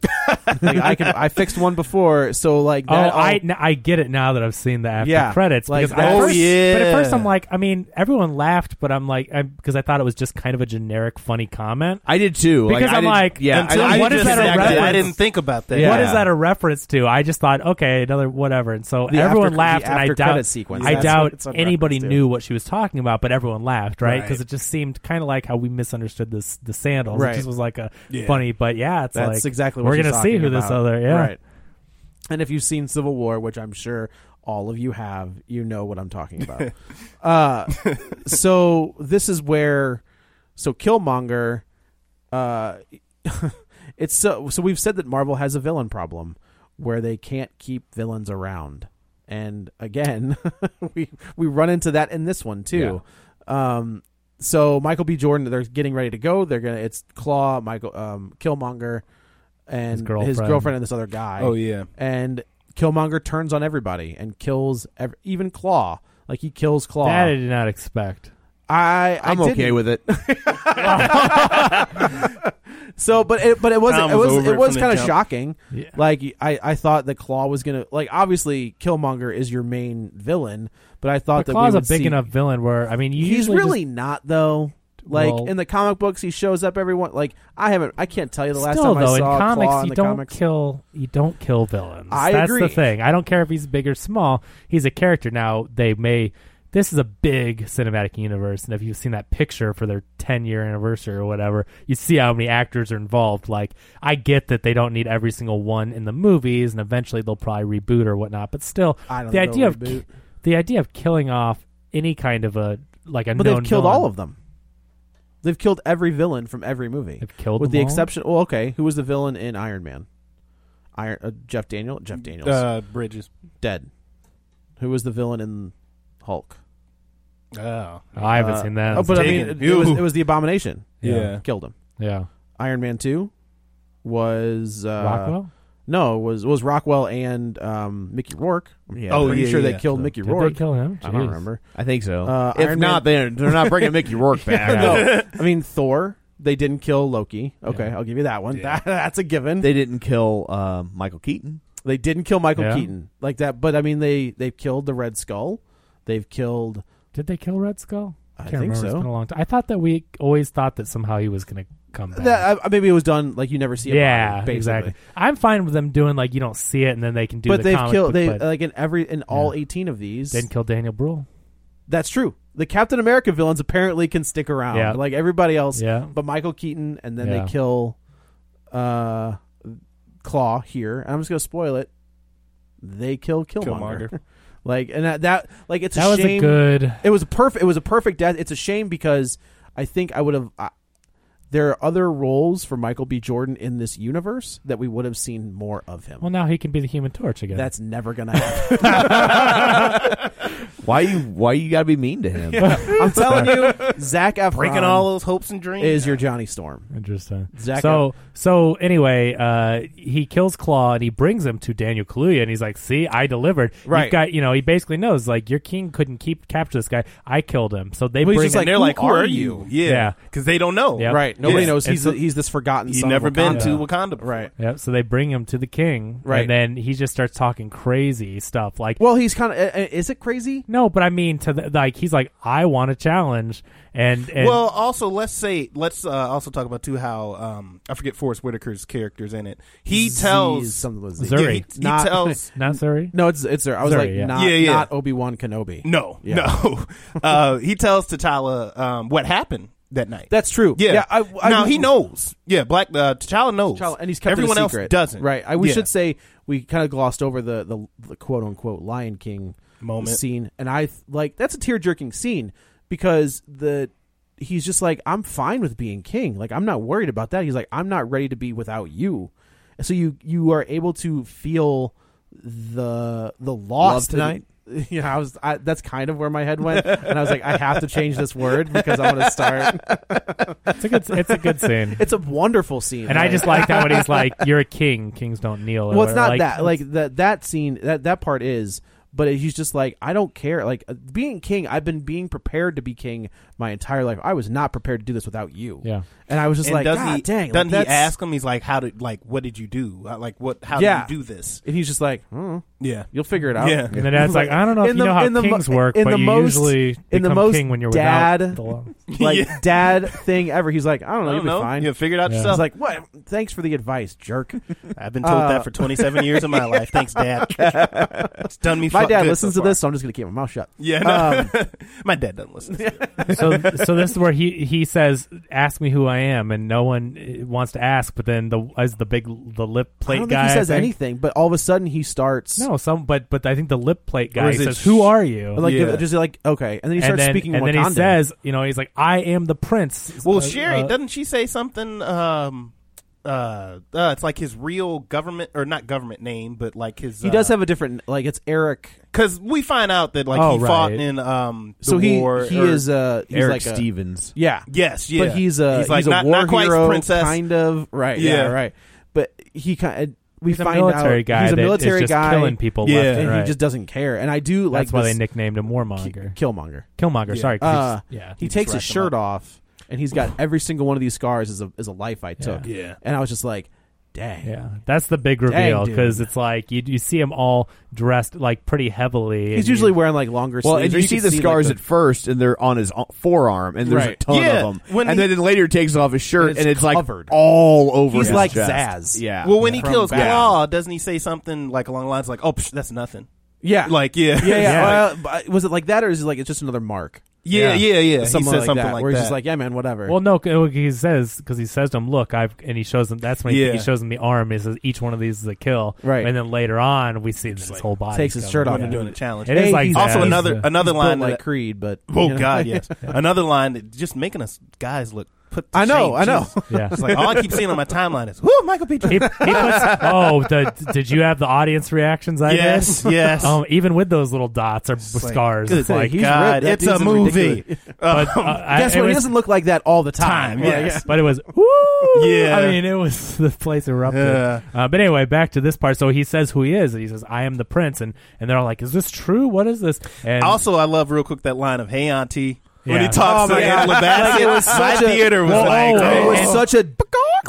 like, I can, I fixed one before, so like, Oh, that all- I n- I get it now that I've seen the after Yeah, credits. like because I- that- at Oh, first- yeah. But at first I'm like, I mean, everyone laughed, but I'm like, I because I thought it was just kind of a generic funny comment. I did too. Because I I'm didn't- like, yeah, until- I, I what is just that a reacted- reference? I didn't think about that. Yeah. What is that a reference to? I just thought, okay, another whatever. And so The everyone after- laughed, the and I after doubt credit sequence. That's I what doubt it's a anybody reference to. knew what she was talking about, but everyone laughed, right? Right. Because it just seemed kind of like how we misunderstood this the sandals. It Right. just was like a Yeah. funny, but yeah, it's That's like exactly what we're she's gonna see talking who this about. other yeah. Right. And if you've seen Civil War, which I'm sure all of you have, you know what I'm talking about. uh, so this is where, so Killmonger, uh, it's so so we've said that Marvel has a villain problem where they can't keep villains around, and again, <laughs> we we run into that in this one too. Um, so Michael B. Jordan, they're getting ready to go. They're gonna it's Claw, Michael, um, Killmonger, and his girlfriend. girlfriend. and this other guy. Oh yeah. And Killmonger turns on everybody and kills ev- even Claw. Like he kills Claw. That I did not expect. I, I I'm okay didn't. with <laughs> it. So, but it, but it wasn't. Tom It was was over it it was from the kind of jump. shocking. Yeah. Like I, I thought that Claw was gonna like obviously Killmonger is your main villain, but I thought But that Claw's we a would big see- enough villain where I mean, you He's usually really not though. Like Well- in the comic books, he shows up everyone. Like I haven't. I can't tell you the just, last still time though I saw in comics Claw in you the don't comics. kill you don't kill villains. I That's agree. the thing. I don't care if he's big or small. He's a character. Now they may. This is a big cinematic universe, and if you've seen that picture for their 10 year anniversary or whatever, you see how many actors are involved. Like, I get that they don't need every single one in the movies, and eventually they'll probably reboot or whatnot. But still, I don't the think idea they'll of reboot. ki- the idea of killing off any kind of a like a But known they've killed villain- all of them. They've killed every villain from every movie. They've killed with them the all? exception. Well, okay, who was the villain in Iron Man? Iron uh, Jeff Daniel. Jeff Daniels Uh, Bridges. dead. Who was the villain in Hulk? Oh. I haven't Uh, seen that. Oh, but I mean, Taken. it, it was, Ew. it was the Abomination. Yeah. killed him. yeah, Iron Man Two was uh, Rockwell. No, was was Rockwell and um, Mickey Rourke. Yeah, Oh, pretty yeah, sure they yeah. killed Mickey Did Rourke. they kill him? I don't Jeez. remember. I think so. Uh, if Iron not, they're they're not bringing Mickey <laughs> Rourke back. No, I mean Thor. They didn't kill Loki. Okay, Yeah. I'll give you that one. That, <laughs> that's a given. They, They didn't kill um, Michael Keaton. didn't kill Michael Yeah. Keaton like that, but I mean they they've killed the Red Skull. They've killed. Did they kill Red Skull? I can't think remember. It's so. been a long time. I thought that we always thought that somehow he was going to come back. That, uh, maybe it was done like you never see. A yeah, body, basically. exactly. I'm fine with them doing like you don't see it, and then they can do. but the they've comic killed book, they uh, but like in every in all 18 of these didn't kill Daniel Brühl. that's true the captain america villains apparently can stick around Yeah. like everybody else Yeah. but michael keaton and then Yeah. they kill uh claw here and i'm just gonna spoil it they kill killmonger, Killmonger. <laughs> like and that, that like it's That a was shame a good. it was a perfect it was a perfect death it's a shame because i think i would have I, there are other roles for michael b jordan in this universe that we would have seen more of him Well, now he can be the Human Torch again. that's never gonna happen <laughs> Why you why you gotta be mean to him? <laughs> I'm telling you, Zach Efron Breaking all those hopes and dreams. is your Johnny Storm. Interesting. Zack- so so anyway, uh, he kills Claw and he brings him to Daniel Kaluuya, and he's like, "See, I delivered. Right. You've got you know. He basically knows like your king couldn't keep capture this guy. I killed him. So they Well, he's bring just like, and they're "Who like, "Who are are you?" you?" Yeah. Yeah, because they don't know. Yep. Right. Nobody Yeah. knows And he's so- he's this forgotten. You've son of never been Wakanda. to Wakanda, before. Right. Yep. So they bring him to the king, Right. And then he just starts talking crazy stuff. Like, Well, he's kind of. Is it crazy? no, but I mean, to the, like he's like, I want a challenge, and, and well, also let's say let's uh, also talk about too how um, I forget Forrest Whitaker's character's in it. He Z tells is something with Z. Zuri. Yeah, he, he Not- tells not sorry. <laughs> No, it's it's there. I was Zuri, like, yeah. not, Yeah, yeah. not Obi Wan Kenobi. no, Yeah. no. <laughs> uh, he tells T'Challa um, what happened that night. that's true. yeah. I, I, now he knows. Yeah, Black uh, T'Challa knows. T'Challa- and he's kept it a everyone else secret. doesn't. Right. I we Yeah. should say we kind of glossed over the the, the quote unquote Lion King Moment. scene, and I th- like that's a tear jerking scene because the he's just like I'm fine with being king. Like I'm not worried about that. He's like I'm not ready to be without you. And So you you are able to feel the the loss Love <laughs> tonight? that- Yeah, I was. I, that's kind of where my head went, and I was like, I have to change this word because I'm going to <laughs> start. It's a good. It's a good scene. It's a wonderful scene, and I Like, just like that when he's like, "You're a king. Kings don't kneel." or well, it's not whatever. that like that that scene that that part is, but he's just like I don't care. Like uh, being king, I've been being prepared to be king my entire life. I was not prepared to do this without you. Yeah. and I was just And like, doesn't God he, dang, like, doesn't he that's-" ask him? He's like, how did like what did you do? Uh, Like what? How Yeah. did you do this? And he's just like, "Hmm, Yeah. you'll figure it out. Yeah. And then <laughs> dad's like, I don't know if In you the- know how in the mo- kings work, in but the you most- usually in become the most king when you're dad- without the <laughs> law. Like Yeah. dad thing ever. He's like, I don't know, I you'll don't be know. fine. Yeah, figure it out Yeah. yourself. He's like, what? Thanks for the advice, jerk. <laughs> I've been told Uh, that for <laughs> 27 years of my life. Thanks, Dad. it's done me. My fuck dad good listens so to far. this, Um, so I'm just gonna keep my mouth shut. Yeah, no. <laughs> my dad doesn't listen. To it. so so this is where he he says ask me who i am and no one uh, wants to ask but then the as the big the lip I plate don't think guy he says I think- anything, but all of a sudden he starts. no some but but i think the lip plate guy is it says sh- who are you Like Yeah. just like okay, and then he starts and then, speaking. and then he Wakandan. says you know he's like i am the prince Well, Uh, Sherry uh, doesn't she say something? Um, uh, uh, it's like his real government or not government name, but like his. He uh, does have a different like it's Eric. because we find out that like Oh, he fought right. in um the So he war. he or- is uh he's Eric like a- Stevens. yeah, yes, yeah, but he's a he's like a not, war not quite hero princess. kind of right yeah, Yeah. right. But he kind we He's a find military out guy he's a that is military just guy killing people Yeah. left and and right. he just doesn't care. And I do like That's why they this- nicknamed him Warmonger. Ki- Killmonger. Killmonger, Yeah. sorry. 'cause Uh, he's- yeah. He He just takes his wrapped 'em shirt off, and he's got every single one of these scars is a is a life I took. Yeah. Yeah. and I was just like, dang. Yeah, that's the big reveal dude. because it's like you you see him all dressed like pretty heavily. and He's you- usually wearing like longer. Well, sleeves, and or you, see can the scars like, at first, and they're on his o- forearm, and there's a Right. ton Yeah, of them. when and he- then it later takes off his shirt, And and it's it's, covered. like all over. He's his like chest. Zaz. Yeah. Well, when he From kills back. Claw, doesn't he say something like along the lines like, "Oh, psh, that's nothing." yeah, Like, yeah, yeah, yeah. Well, It's <laughs> like- but uh, was it like that, or is it like it's just another mark? yeah, yeah, yeah, He said Something like something that, like where that. he's just like, yeah, man, whatever. Well, no, c- he says because he says to him, "Look, I've," and he shows him. That's when he, Yeah. he shows him the arm. He says, "Each one of these is a kill." Right. and then later on, we see this whole body takes his covered. shirt off when and they're Yeah. doing a challenge. It is Hey, like he's- that. also It's another the- another He's built line. like That, Creed, but you <laughs> oh know? <laughs> God, yes. Another line that just making us guys look put. To I know, shame. I know. Jesus. Yeah. <laughs> It's like all I keep seeing on my <laughs> timeline is, "Whoo, Michael B. He, he Jordan." puts, oh, the, did you have the audience reactions? I Yes, did? yes. Um, even with those little dots or like, scars, good it's like, uh, he's God, ripped. That it's dude's in a movie. ridiculous- but uh, I- Guess it what? He was- doesn't look like that all the time. Time, Yeah, yes. but <laughs> it was woo. Yeah. I mean, it was <laughs> the place erupted. Yeah. Uh, but anyway, back to this part. So he says who he is, and he says, "I am the prince," and and they're all like, "Is this true? What is this?" And Also, I love real quick that line of "Hey, Auntie." When Yeah. he talks Oh, to my God. Angela Bassett, Like, it was my such a- theater was Whoa. like, Oh, It oh, was such a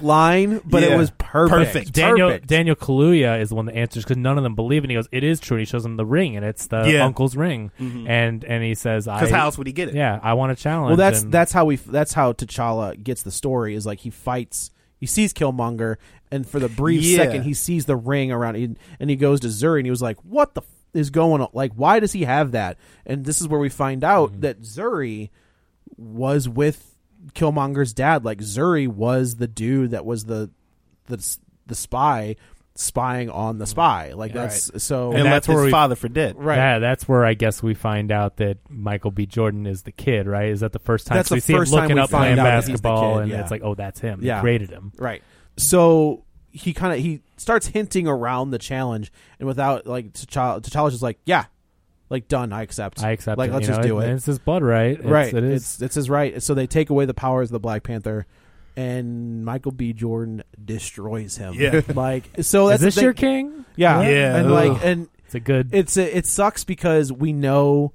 line, but it Yeah. was perfect. Perfect. Daniel Perfect. Daniel Kaluuya is the one that answers because none of them believe, and he goes, "It is true." And he shows them the ring, and it's the Yeah. uncle's ring, and and he says, "I." Because how else would he get it? yeah, I want a challenge. Well, that's and- that's how we that's how T'Challa gets the story is like he fights, he sees Killmonger, and for the brief Yeah. second he sees the ring around, and- and he goes to Zuri, and he was like, "What the f- is going on? Like, why does he have that?" And this is where we find out Mm-hmm. that Zuri was with Killmonger's dad. Like, Zuri was the dude that was the the s- the spy spying on the spy. Like that's so. and, Mm-hmm. And left that's where his we- father for dead. Right. Yeah, that's where I guess we find out that Michael B. Jordan is the kid, right? Is that the first time That's so we the see him first time looking we up find playing out that he's the basketball, kid, and yeah. it's like, oh, that's him. Yeah. He created him. Right. So he kind of he starts hinting around the challenge, and without like T'Challa, T'Challa's just like, yeah, like done, I accept. I accept. Like it, let's you just know, do it. and It's his blood, right? It's, right. It is. It's it's his right. So they take away the powers of the Black Panther. And Michael B. Jordan destroys him. Yeah. <laughs> like so. That's is this the thing. your king? Yeah, Yeah. And Ugh. like, and It's a good. it's it sucks because we know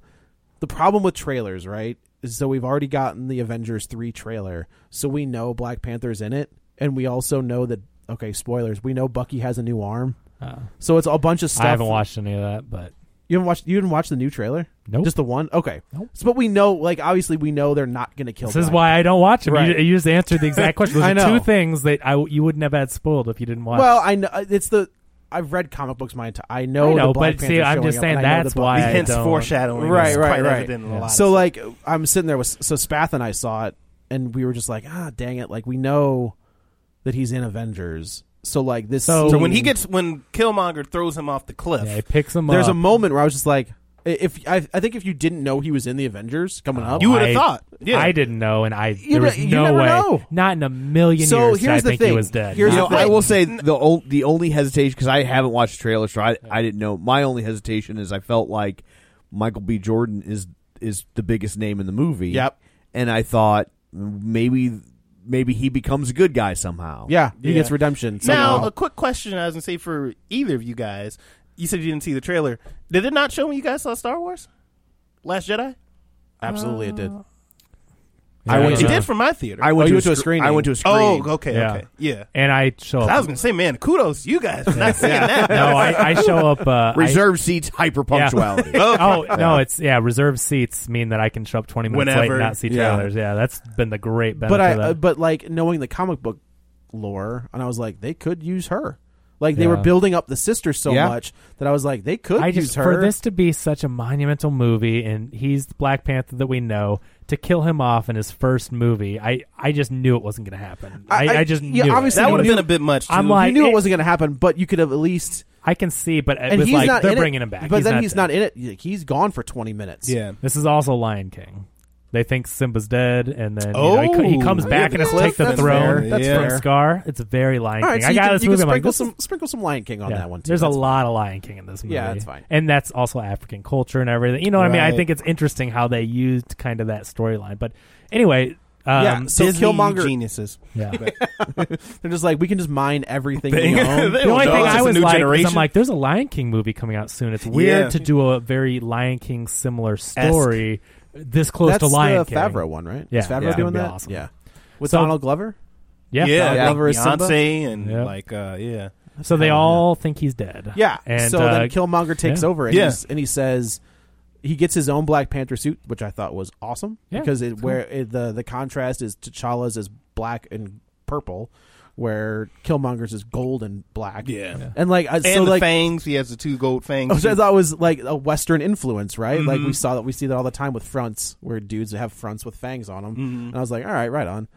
the problem with trailers, right? Is so we've already gotten the Avengers three trailer, so we know Black Panther's in it, and we also know that okay, spoilers, we know Bucky has a new arm, uh, so it's a bunch of stuff. I haven't watched any of that, but You haven't watched. You didn't watch the new trailer. Nope. just the one. Okay, Nope. So, but we know, like, obviously, we know they're not going to kill. this is Black why I don't watch him. Right. You, you just answered <laughs> the exact question. Those I are know. two things that I you wouldn't have had spoiled if you didn't watch. Well, I know it's the. I've read comic books my entire. I know. I know, the Black but Panther's see, I'm showing just up, saying and I know that's the why Bucky- I Hence don't- foreshadowing. right, is right, quite right. evident in a lot of So like, I'm sitting there with so Spath and I saw it, and we were just like, ah, dang it! Like we know that he's in Avengers, so like this. So- So when he scene- gets when Killmonger throws him off the cliff, yeah, he picks him there's up. a moment where I was just like, i- if I, I think if you didn't know he was in the Avengers coming up, you would I- have thought. Yeah, I didn't know, and I You there was ne- you no never way, know. not in a million So years, did here's I the think thing. he was dead. Here's You the know, thing. I will say the old, the only hesitation because I haven't watched trailers, so I, I didn't know. My only hesitation is I felt like Michael B. Jordan is is the biggest name in the movie. Yep. and I thought maybe maybe he becomes a good guy somehow. yeah, he Yeah. gets redemption. Now, somehow. a quick question I was going to say for either of you guys. You said you didn't see the trailer. Did it not show when you guys saw Star Wars? Last Jedi? absolutely, it did. Yeah, I went don't It know. did for my theater. I went, Oh, to, you a went to a scre- screening. I went to a screen. oh, okay, Yeah. okay. Yeah. and I show up. I was going to say, man, kudos to you guys for not saying that. <laughs> no, I, I show <laughs> up. Uh, I- Reserve seats, hyper punctuality. <laughs> Oh no, it's yeah. Reserved seats mean that I can show up twenty minutes late Whenever. and not see Yeah. trailers. Yeah, that's been the great benefit. but I, of that. uh, but like knowing the comic book lore, and I was like, they could use her. Like they were Yeah. building up the sister so Yeah. much that I was like, they could I use just her for this to be such a monumental movie, and he's the Black Panther that we know. To kill him off in his first movie, I, I just knew it wasn't going to happen. I, I, just yeah, knew it. obviously that you would have knew- been a bit much. Too. I'm like- you knew it, it- wasn't going to happen, but you could have at least. I can see, but it And was he's like not. they're in bringing it, him back. but He's then not he's dead. not in it. Like, He's gone for twenty minutes. yeah. This is also Lion King. They think Simba's dead, and then you know, he co- he, Oh. comes Oh, back yeah, and has to that's- take the that's throne fair. That's from fair. Scar. It's very Lion All right, King. so I you got can, this you can movie. I'm like, sprinkle this is- some sprinkle some Lion King on that one too. There's a That's lot of Lion King in this movie. Yeah, that's fine. And that's also African culture and everything. You know what I mean? I Right. think it's interesting how they used kind of that storyline. But anyway, Um, yeah, so Disney Killmonger. geniuses. <laughs> yeah. They're just like we can just mine everything They- we own. they <laughs> the don't only know. thing It's I a was new like, is I'm generation. like, there's a Lion King movie coming out soon. It's weird Yeah. to do a very Lion King similar story this close That's to Lion the King. Favreau one, right? Yeah, Is Favreau yeah. It's doing gonna be that? awesome. Yeah, with So- Donald Glover. Yeah, yeah, Donald like Glover as Simba? Beyonce and Yeah. like uh, yeah, So they all think he's dead. Yeah. and so uh, then Killmonger takes yeah. over and, Yeah. he's, and he says he gets his own Black Panther suit, which I thought was awesome Yeah, because it where it, the the contrast is T'Challa's is black and purple, where Killmonger's is gold and black. Yeah. Yeah. and like I, and so the like. fangs. He has the two gold Oh, fangs. Which I thought Oh, was like a Western influence, right? Like we saw that we see that all the time with fronts, where dudes have fronts with fangs on them. And I was like, all right, right on.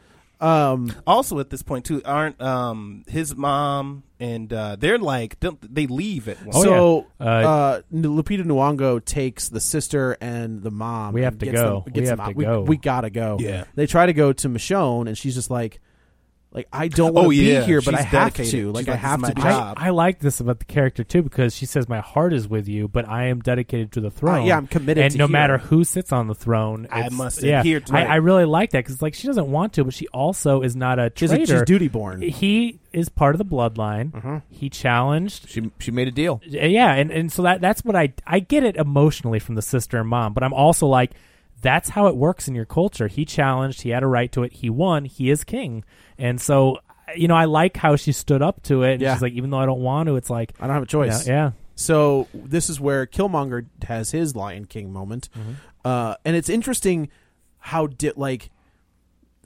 Um, also at this point too aren't um his mom and uh they're like don't- they leave at one Oh, so yeah. uh, Uh, N- Lupita Nyong'o takes the sister and the mom. We have and to gets go. them- We gets them have to out. We- go. We, gotta go. Yeah. They try to go to Michonne, and she's just like, like I don't want to Oh, yeah. be here, but She's I have dedicated. to. Like She's I like, this have to. is my be- job. I like this about the character too because she says, "My heart is with you, but I am dedicated to the throne. Oh, yeah, I'm committed And to no here." matter who sits on the throne, I it's- must yeah, adhere to I, it. I really like that because like she doesn't want to, but she also is not a She's traitor. a- she's Mm-hmm. duty born. He is part of the bloodline. He challenged. She she made a deal. Uh, Yeah, and, and so that that's what I I get it emotionally from the sister and mom, but I'm also like, that's how it works in your culture. He challenged. He had a right to it. He won. He is king. And so you know, I like how she stood up to it. And Yeah. She's like, even though I don't want to, it's like I don't have a choice. yeah, yeah. So this is where Killmonger has his Lion King moment, Mm-hmm. uh, and it's interesting how did like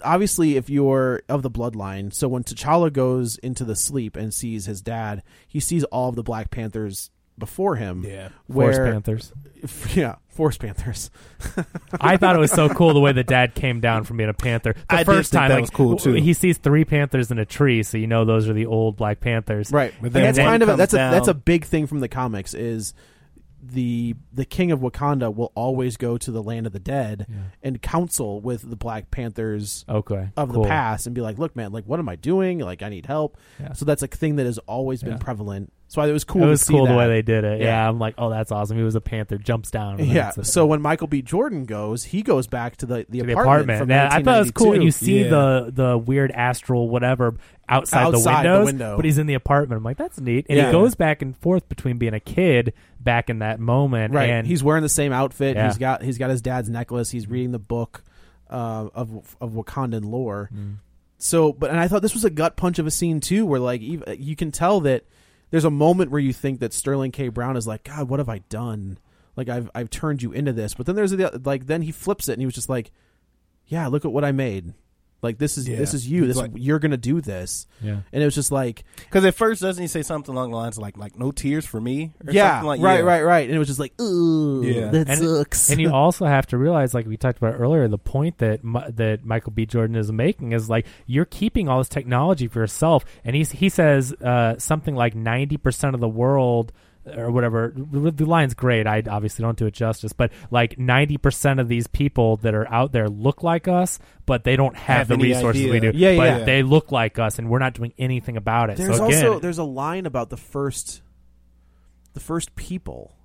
obviously if you're of the bloodline. So when T'Challa goes into the sleep and sees his dad, he sees all of the Black Panthers before him. Yeah. where, Forest Panthers. <laughs> Yeah, Force <laughs> Panthers. I thought it was so cool the way the dad came down from being a panther. The I did first think time that like, was cool, too. He sees three panthers in a tree, so you know those are the old black panthers. Right, But and then that's one kind of a, comes that's a that's a down- big thing from the comics is the the king of Wakanda will always go to the land of the dead and counsel with the Black Panthers Okay. of cool. the past and be like, look, man, like what am I doing? Like I need help. Yeah. So that's a thing that has always been Yeah. prevalent. So I- it was cool. it was to see cool the that. way they did it. Yeah. Yeah. I'm like, oh, that's awesome. He was a panther, jumps down. and Yeah. that's it. So when Michael B. Jordan goes, he goes back to the the, To the apartment. apartment. From Yeah, I thought it was cool. 1992. And you see Yeah. the the weird astral whatever outside, Outside the the windows, window. but he's in the apartment. I'm like, that's neat. And Yeah. he goes back and forth between being a kid back in that moment. right. And he's wearing the same outfit. Yeah. He's got he's got his dad's necklace. He's reading the book uh, of of Wakandan lore. Mm-hmm. So, but and I thought this was a gut punch of a scene too, where like ev you can tell that there's a moment where you think that Sterling K. Brown is like, God, what have I done? Like I've I've turned you into this. But then there's the like then he flips it and he was just like, Yeah, look at what I made. Like this is Yeah. this is you. He's This like- you're gonna do this. Yeah. And it was just like because at first doesn't he say something along the lines of like like no tears for me or yeah, something like right, yeah. right, right. And it was just like, ooh, Yeah. that And- sucks. <laughs> and you also have to realize, like we talked about earlier, the point that Mi- that Michael B. Jordan is making is like you're keeping all this technology for yourself, and he's, he says uh, something like ninety percent of the world uh, or whatever. The the line's great. I obviously don't do it justice, but like ninety percent of these people that are out there look like us, but they don't have, Have the any resources idea. we do. Yeah, but yeah. They look like us, and we're not doing anything about it. There's so again, also there's a line about the first, the first people,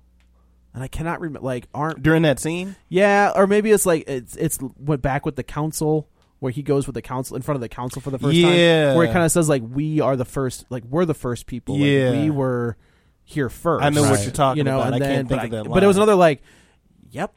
and I cannot remember. Like aren't during that scene yeah, or maybe it's like it's it's went back with the council where he goes with the council in front of the council for the first Yeah. time. Where it kind of says like we are the first, like we're the first people. like, Yeah. we were here first. I know what you're talking you know, about. And I then, can't but think of that But it was line. another like, yep.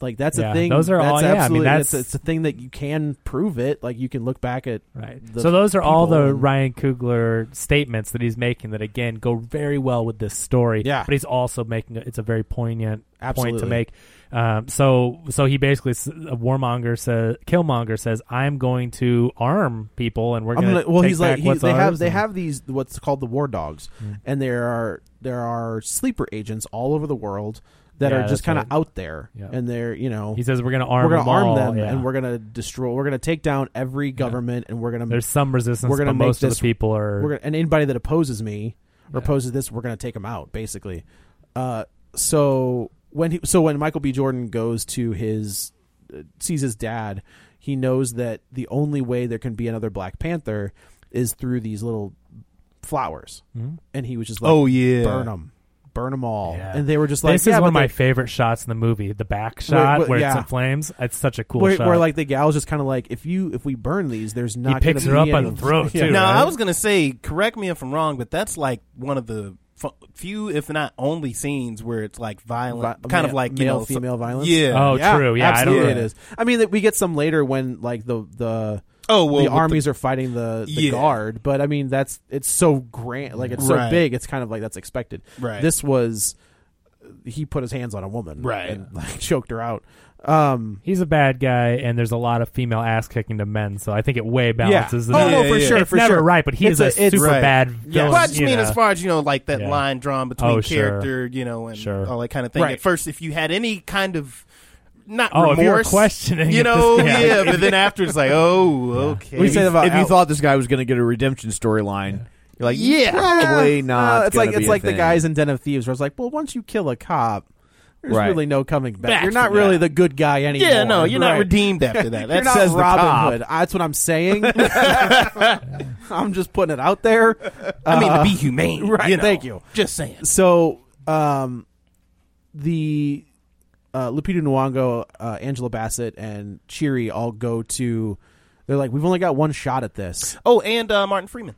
Like that's a Yeah, thing. those are that's all- yeah, I mean, absolutely- that's- it's, it's a thing that you can prove it. Like you can look back at Right. the So those are all people the and- Ryan Coogler statements that he's making that again go very well with this story. Yeah. But he's also making it's a very poignant point Absolutely. to make. Um, so so he basically s- uh, Warmonger says Killmonger says I'm going to arm people and we're I'm going gonna- to well, he's like he, what's they have ours they and- Mm. have these what's called the war dogs, and there are there are sleeper agents all over the world that Yeah, are just that's kind of right. out there, Yeah. and they're you know he says we're going to arm we're gonna them arm all." them Yeah. and we're gonna destroy we're gonna take down every government and we're gonna there's some resistance we're gonna but make most this- of the people are we're gonna, and anybody that opposes me or Yeah. opposes this, we're gonna take them out, basically. Uh, so when he, so when Michael B. Jordan goes to his uh, sees his dad, he knows that the only way there can be another Black Panther Hmm? is through these little flowers, and he was just like, Oh, yeah. burn them, burn them all. Yeah. And they were just like, this yeah, is one but of my they- favorite shots in the movie. The back shot where- where it's yeah. in flames. It's such a cool where, shot. where like the gal's just kind of like, if you if we burn these, there's he not. picks gonna her up be by any- the <laughs> throat Yeah. too. Now, right? I was going to say, correct me if I'm wrong, but that's like one of the f- few, if not only, scenes where it's like violent, Vi- kind ma- of like you male know, so- female violence. Yeah. Oh, true. Yeah, I don't absolutely know. it is. I mean, that we get some later when like the the Oh, well, the with armies are fighting the, the Yeah. guard, but I mean that's it's so grand, like it's so Right. big, it's kind of like that's expected. Right. This was he put his hands on a woman, Right. and like <laughs> choked her out. Um, He's a bad guy, and there's a lot of female ass kicking to men, so I think it way balances. Oh, it out. no, for Yeah, yeah. sure, It's for never sure. right, but he It's is a- a, it's- super Right. bad Yeah. villain. Well, I just you mean know. as far as you know, like that Yeah. line drawn between Oh, sure. character, you know, and Sure. all that kind of thing. Right. At first, if you had any kind of not Oh, remorse, if you were questioning you if this- know, yeah. yeah. But then after, it's like, oh, okay. We If, said you, about if you Al- thought this guy was going to get a redemption storyline, you're like, yeah, probably not. Uh, it's like gonna it's be a like the thing. guys in Den of Thieves, where it's like, well, once you kill a cop, there's Right. really no coming back. Back You're not from really that. the good guy anymore. yeah, no, you're not Right. redeemed after that. <laughs> That You're not says the Robin cop. Hood. That's what I'm <laughs> saying. <laughs> I'm just putting it out there. I mean, to be humane, Uh-huh. right, You know, thank you. Just saying. So, um, the uh, Lupita Nyong'o, uh, Angela Bassett, and Cheery all go to. They're like, we've only got one shot at this. Oh, and uh, Martin Freeman.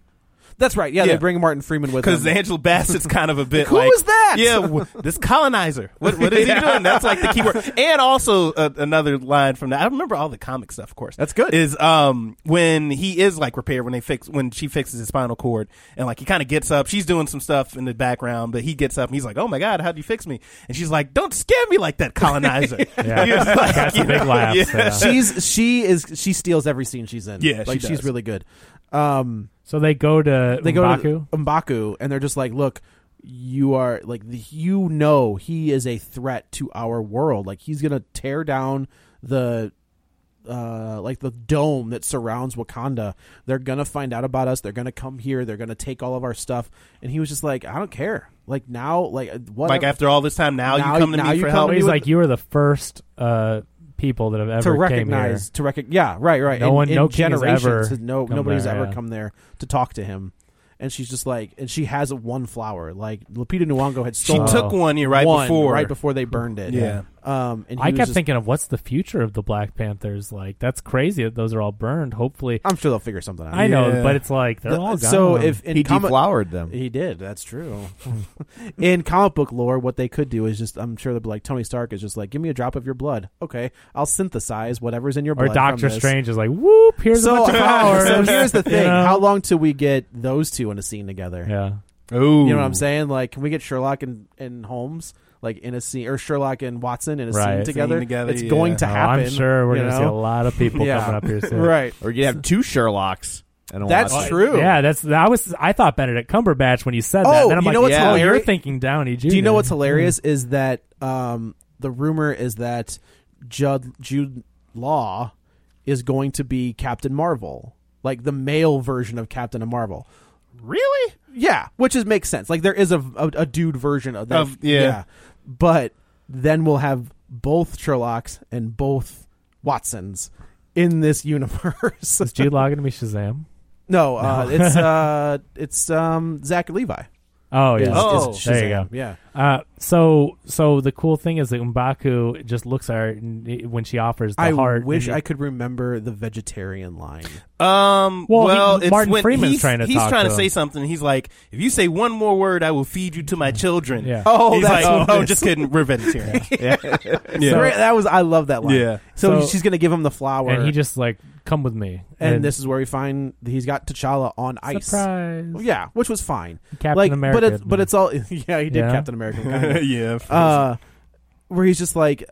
That's right. Yeah, Yeah. they bring Martin Freeman with Because them. Angela Bassett's kind of a bit Who like, was that? Yeah, w- this colonizer. What, what <laughs> is he doing? That's like the keyword. And also uh, another line from that. I remember all the comic stuff, of course. That's good. Is um when he is like repaired when they fix when she fixes his spinal cord and like he kind of gets up. She's doing some stuff in the background, but he gets up and he's like, "Oh my god, how'd you fix me?" And she's like, "Don't scare me like <laughs> that, colonizer." Yeah. He was like, That's a you big know, <laughs> laugh, yeah. so. she's she is she steals every scene she's in. Yeah, like she she's does. really good. Um, so they go to they M'Baku. go to Mbaku and they're just like, look, you are like the- you know he is a threat to our world. Like he's gonna tear down the uh like the dome that surrounds Wakanda. They're gonna find out about us. They're gonna come here. They're gonna take all of our stuff. And he was just like, I don't care. Like now, like what? Like after all this time, now, Now- you come to now me you for come help. He's with- like, you are the first uh, people that have ever to Came here. recognize to recognize yeah right right No in, one- in no king has generations ever has no come nobody's there, ever yeah. come there to talk to him and she's just like and she has one flower like Lupita Nyong'o had She stolen took one year right one before. right before they burned it Yeah. um and he I was kept just- thinking of what's the future of the Black Panthers? Like that's crazy that those are all burned. Hopefully, I'm sure they'll figure something out I know, Yeah. but it's like they're all gone. so if in he comic- deflowered them. <laughs> He did. That's true. <laughs> In comic book lore, what they could do is just, I'm sure they'd be like, Tony Stark is just like, give me a drop of your blood. Okay. I'll synthesize whatever's in your or blood. from Doctor this." Strange is like, whoop, <laughs> here's So, a bunch of flowers. so here's the <laughs> You thing. know? How long till we get those two in a scene together? Yeah. Oh, Ooh. You know what I'm saying? Like, can we get Sherlock and, and Holmes like in a scene, or Sherlock and Watson in a Right. scene Scene together? together, it's yeah. going to Oh, happen. I'm sure we're you gonna see a know? lot of people Yeah. coming up <laughs> here soon. right. Or you have two Sherlocks. And a That's Watson. true. Yeah, that's I was I thought Benedict Cumberbatch when you said Oh, that. Then I'm you like, know what's yeah, hilarious? you're thinking Downey Jr. Do you know what's hilarious is that um, the rumor is that Judd Jude Law is going to be Captain Marvel, like the male version of Captain Marvel. Really? Yeah, which is makes sense. Like there is a a, a dude version of that. Of- yeah. but then we'll have both Sherlock's and both Watsons in this <laughs> universe. Mm. Is Jude Law going to be Shazam? no, uh, <laughs> it's uh, it's um, Zach Levi. Oh yeah. Is- is Oh. there you Shazam. go. Yeah, Uh, so so the cool thing is that Umbaku just looks at her and- when she offers the I heart. wish and- I could remember the vegetarian line. Um. Well, Well, he- it's Martin when Freeman's he's, trying to he's talk trying to to, him. say something. He's like, if you say one more word, I will feed you to my children. Yeah. Oh, he's that's like, what it oh, is. just kidding. We're vegetarian. yeah. Great, that was I love that line. Yeah. So, So- she's gonna give him the flower, and he just like come with me. and this is where we find that he's got T'Challa on ice. Oh, surprise. Yeah, which was fine. Captain like, America, but it's but man. it's all <laughs> yeah. He did Yeah. Captain America. <laughs> kinda. <laughs> yeah. uh, where he's just like,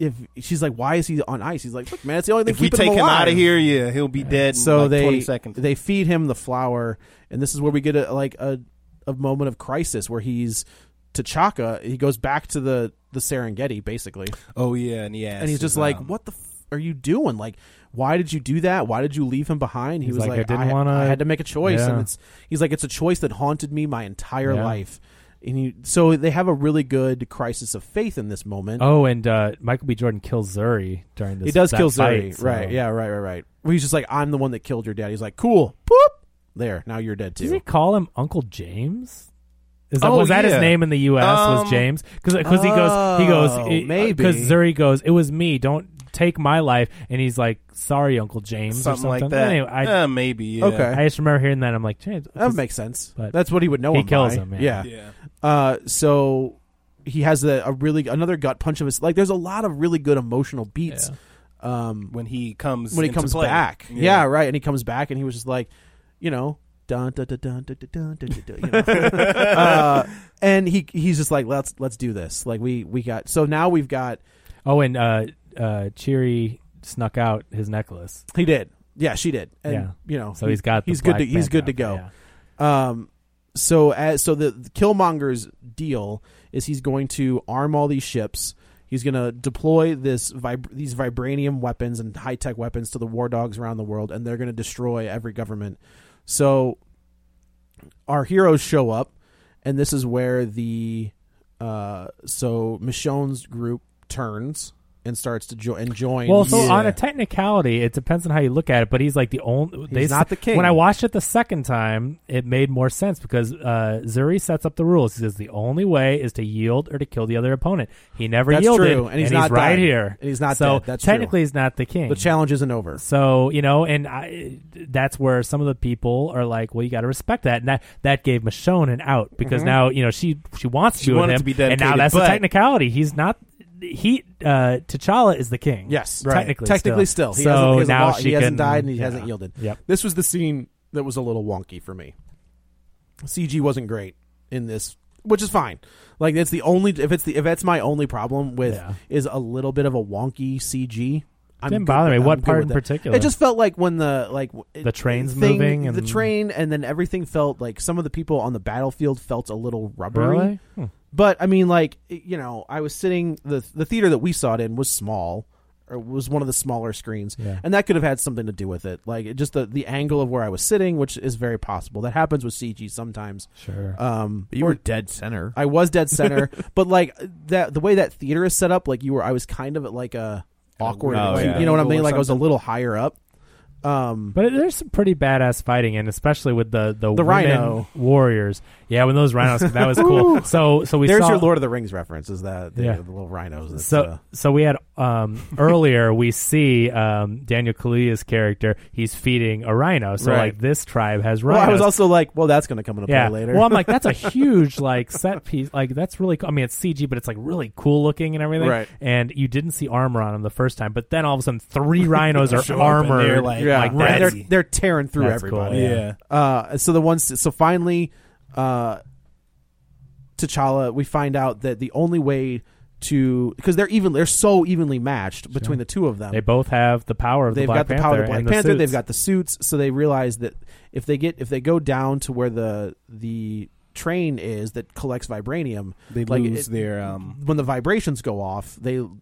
if she's like, why is he on ice? He's like, look, man, it's the only thing if we keeping take him, alive. out of here, yeah, he'll be dead. In So like they 20 seconds. they feed him the flower, and this is where we get a like a a moment of crisis where he's T'Chaka. He goes back to the the Serengeti basically. oh yeah, and yeah, and he's just like, um, "What the f- are you doing? Like, why did you do that? Why did you leave him behind?" He He's was like, like, "I didn't I, wanna- I had to make a choice, and Yeah. it's he's like, it's a choice that haunted me my entire Yeah. life." And you, so they have a really good crisis of faith in this moment. Oh, and uh, Michael B. Jordan kills Zuri during this. he does that kill Zuri, fight, so- right? Yeah, right, right, right. Where he's just like, "I'm the one that killed your dad." He's like, "Cool, boop, there, now you're dead Does he too." call him Uncle James? Is that Oh, was that his yeah. name in the U.S. Um, was James? Because he goes he oh, goes he- maybe. Zuri goes it was me. Don't take my life. And he's like sorry, Uncle James, something, or like something that. Anyway, I, Uh, maybe. yeah. Okay. I just remember hearing that. I'm like James. That makes sense. but That's what he would know. he him kills by. him, Yeah. yeah. Yeah. Uh, so he has a, a really another gut punch of his. Like, there's a lot of really good emotional beats. Um, When he comes. when he into comes play. back. Yeah. right. And he comes back, and he was just like, you know, dun dun dun dun dun dun dun. dun, dun you know? uh, and he he's just like, let's let's do this. Like we we got so now we've got Oh, and uh, uh, Cheery snuck out his necklace, he did. Yeah, she did. And, Yeah. you know, so he- he's got. The he's good. black To, he's good to go. background, yeah. Um, so as so the, the Killmonger's deal is he's going to arm all these ships. He's going to deploy this vib- these vibranium weapons and high tech weapons to the war dogs around the world, and they're going to destroy every government. So our heroes show up, and this is where the uh, so Michonne's group turns and starts to join and joins. uh, Well, so on Yeah. a technicality, it depends on how you look at it. But he's like the only. He's not the king. When I watched it the second time, it made more sense because uh, Zuri sets up the rules. He says the only way is to yield or to kill the other opponent. He never That's yielded, true, and he's not right dead. here. And he's not so dead. That's technically true. he's not the king. the challenge isn't over. So you know, and I, that's where some of the people are like, "Well, you got to respect that," and that that gave Michonne an out because Mm-hmm. now you know she she wants to She be with wanted him, to be and now dedicated, that's the but- technicality. He's not. He uh T'Challa is the king. Yes, technically, technically still. He hasn't, he so hasn't now lo- she he hasn't can- died and he yeah. hasn't yielded. Yep. This was the scene that was a little wonky for me. CG wasn't great in this, which is fine. Like it's the only if it's the if that's my only problem with Yeah. is a little bit of a wonky CG. I'm Didn't good bother with- me. I'm What good part with in that. particular? It just felt like when the like w- The train's thing- moving the and- train, and then everything felt like some of the people on the battlefield felt a little rubbery. really. Hmm. But I mean, like you know, I was sitting the the theater that we saw it in was small, or was one of the smaller screens, Yeah. and that could have had something to do with it. Like it, just the the angle of where I was sitting, which is very possible. That happens with CG sometimes. Sure. Um, You were dead center. I was <laughs> dead center, but like that the way that theater is set up, like you were, I was kind of at like a awkward, Oh, like, yeah. you know what I Angle mean? or Like I was a something. little higher up. Um, But there's some pretty badass fighting, and especially with the the, women rhino. warriors. Yeah, when those rhinos that <laughs> was cool. So so we there's saw your Lord of the Rings reference. Is that the, Yeah. the little rhinos? That's, So, uh, so we had <laughs> um, earlier we see um, Daniel Kaluuya's character. He's feeding a rhino. So Right. like this tribe has well, rhinos. I was also like, well, that's going to come into yeah. play later. Well, I'm <laughs> like that's a huge like set piece. Like that's really. cool. I mean, it's CG, but it's like really cool looking and everything. Right. And you didn't see armor on him the first time, but then all of a <laughs> sudden three rhinos are Show up and armored. they're, like, yeah, like right. they're that's- they're tearing through That's cool, everybody. Yeah. Uh, so the ones so finally, uh, T'Challa, we find out that the only way to because they're even they're so evenly matched between the two of them. They both have the power of They've the Black got the Panther. power of Black and the Panther. they've suits. got the suits, so they realize that if they get if they go down to where the the train is that collects vibranium, They like lose it- their. Um, when the vibrations go off, they like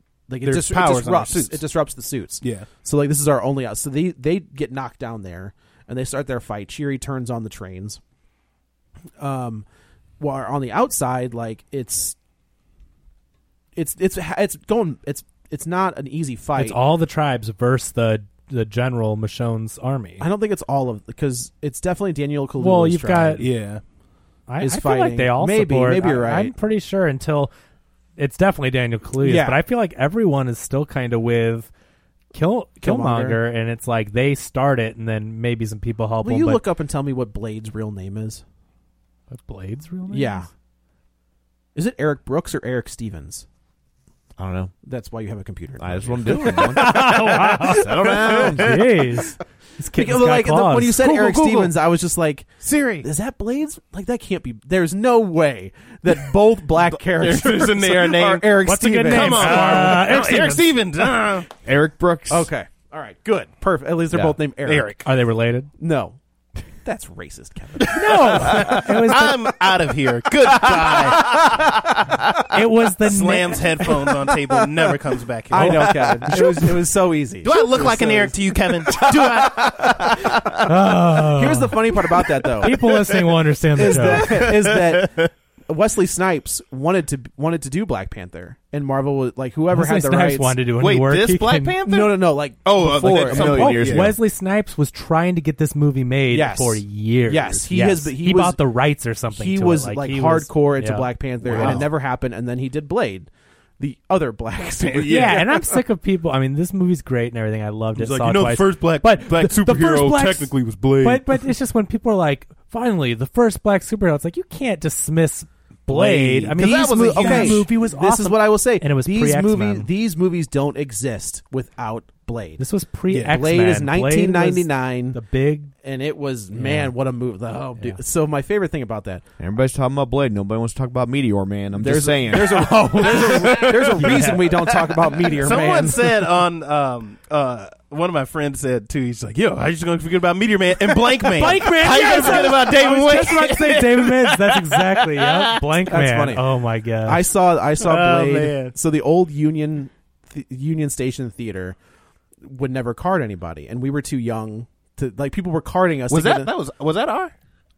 it, Their dis- it powers on their disrupts suits. it disrupts the suits. yeah. So like this is our only out. So they they get knocked down there and they start their fight. Cheery turns on the trains. Um, while on the outside, like it's it's it's it's going it's it's not an easy fight. It's all the tribes versus the the general Michonne's army. I don't think it's all of because it's definitely Daniel Kaluuya's Well, you've tribe. got- Yeah. I, is I feel fighting. like they all Maybe- support. maybe you're I, right. I'm pretty sure until it's definitely Daniel Kaluuya. Yeah. But I feel like everyone is still kind of with Kill Killmonger. Killmonger, and it's like they start it, and then maybe some people help Will him. you but, look up and tell me what Blade's real name is? but Blade's real name? Yeah. Is it Eric Brooks or Eric Stevens? I don't know. That's why you have a computer. in I front just of you. want to do it. Settle down. <laughs> Jeez. This kid Because, has got like the- claws. when you said Google, Eric Google. Stevens, I was just like, Siri. Is that Blades? Like that can't be. There's no way that both black characters There's in there a <laughs> name. are Eric What's a Stevens. good name? Come on, Uh, Marvel. Eric No, Eric Stevens. Uh, <laughs> Eric Brooks. Okay. All right. Good. Perfect. At least they're Yeah. both named Eric. <laughs> Eric. Are <laughs> they related? No. That's racist, Kevin. It was the, I'm out of here. Goodbye. it was the Slams headphones on table. Never comes back here. <laughs> I know, Kevin. It was, it was so easy. Do I look like an Eric to you, <laughs> Kevin? Do I? na- Oh. <laughs> Here's the funny part about that, though, people listening will understand the is joke. that is that Wesley Snipes wanted to wanted to do Black Panther, and Marvel was like whoever Wesley had the Snipes rights. wanted to do any Wait, work. this he Black can- Panther? no, no, no. Like Oh, uh, like before, at I some mean, point, oh, years yeah. ago. Wesley Snipes was trying to get this movie made Yes. for years. Yes, he has been- he was- bought the rights or something. he to was it. like, he was- hardcore into yeah. Black Panther, Wow. and it never happened. And then he did Blade, the other Black Panther, superhero. <laughs> <laughs> Yeah. and I'm sick of people. I mean, this movie's great and everything. I loved it. He's like, saw you it know, the twice. first black- but black the, the first superhero black- technically was Blade. But but it's just when people are like, finally, the first black superhero. It's like you can't dismiss Blade. Blade. I mean, 'Cause that was these a mov- huge- that movie was this awesome. is what I will say. and it was these pre-X-Men. movies. These movies don't exist without Blade. This was pre X Yeah, Blade is 1999. The big and it was man, what a move! Oh, dude. So my favorite thing about that Everybody's talking about Blade. Nobody wants to talk about Meteor Man. I'm just there's saying. A, there's a <laughs> there's a, there's a reason we don't talk about Meteor Someone Man. said on um uh one of my friends said too. He's like, "Yo, how you just gonna forget about Meteor Man and Blank Man? Blank Man, How you yes! gonna forget about I David was just about Wayne? to say David Mintz. That's exactly yeah. Blank That's man. funny. Oh my god. I saw I saw Oh, Blade. man. So the old Union th- Union Station Theater would never card anybody, and we were too young to like. People were carding us. Was to get that in- that was was that R?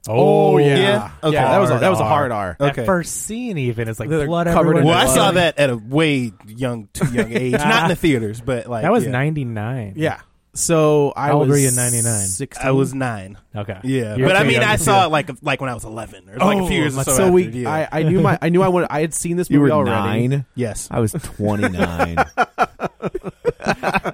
oh yeah. yeah? Okay. Yeah, that was a, that was a Hard hard R. That Okay. first scene even it's like They're blood covered in everywhere. Well, I blood. saw that at a way young, too young age. Not in the theaters, but like That was yeah. 99. Yeah. So I How was old were you in 99? Sixteen. I was nine. Okay. Yeah, You're but I too mean, young I to saw see it like like when I was eleven or like a few years. or like- so So after, we, yeah. I, I knew my, I knew I wanted. I had seen this movie you were already. nine. yes, <laughs> I was 29. I'll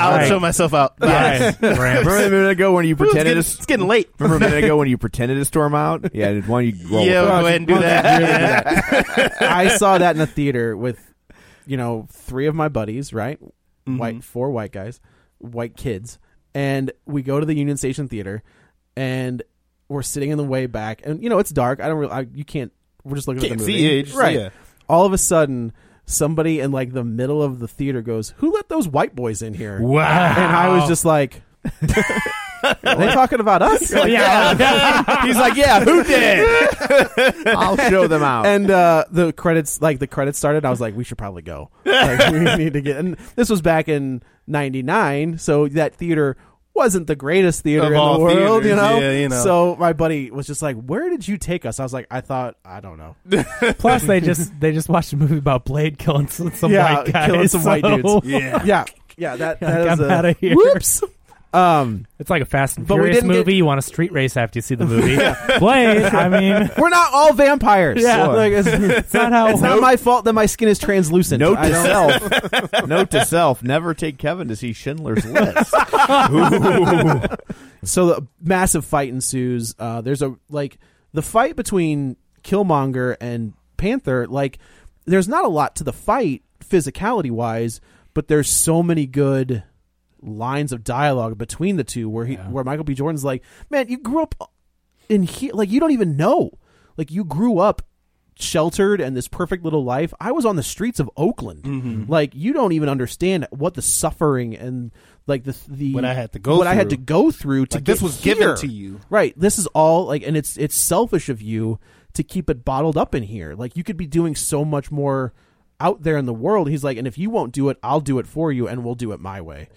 Right. show <laughs> myself out. <laughs> Yes. Remember a minute ago when you Ooh, it's pretended getting- to it's getting late. Remember a minute ago when you pretended to storm out? <laughs> Yeah, why don't you roll? <laughs> yeah, with we'll that? go ahead and do <laughs> that. I saw that in the theater with, you know, three of my buddies, right? Mm-hmm. White, four white guys, white kids, and we go to the Union Station Theater, and we're sitting in the way back, and you know it's dark. I don't really, I, you can't. We're just looking at Can't the see movie, it, just- right? yeah. All of a sudden, somebody in like the middle of the theater goes, "Who let those white boys in here?" Wow. And I was just like. Are they talking about us? <laughs> Yeah. He's like, yeah, who did? I'll show them out. and uh, the credits like the credits started i was like we should probably go like, we <laughs> need to get and this was back in 99 so that theater wasn't the greatest theater Of in the all world you theaters, know? yeah, you know. so my buddy was just like where did you take us i was like i thought i don't know Plus they just they just watched a movie about Blade killing some, some Yeah, white guys. killing some white <laughs> so- dudes. Yeah. <laughs> yeah yeah that, that Like, is I'm a- outta here. whoops um It's like a Fast and But we Furious didn't get- movie. You want a street race after you <laughs> see the movie. Blade, I mean, we're not all vampires Yeah. Like, it's, it's not how it's not my fault that my skin is translucent Note I to don't- <laughs> self. <laughs> Note to self: Never take Kevin to see Schindler's List. So the massive fight ensues. Uh, there's a like the fight between Killmonger and Panther. Like there's not a lot to the fight physicality wise, but there's so many good lines of dialogue between the two where he where Michael B. Jordan's like, man, you grew up in here, like you don't even know, like you grew up sheltered and this perfect little life. I was on the streets of Oakland. Mm-hmm. Like you don't even understand what the suffering and like the the What I had to go what I had to through. go through to Like, this get was given here. to you. Right. This is all like and it's it's selfish of you to keep it bottled up in here. Like you could be doing so much more out there in the world. He's like, and if you won't do it, I'll do it for you and we'll do it my way.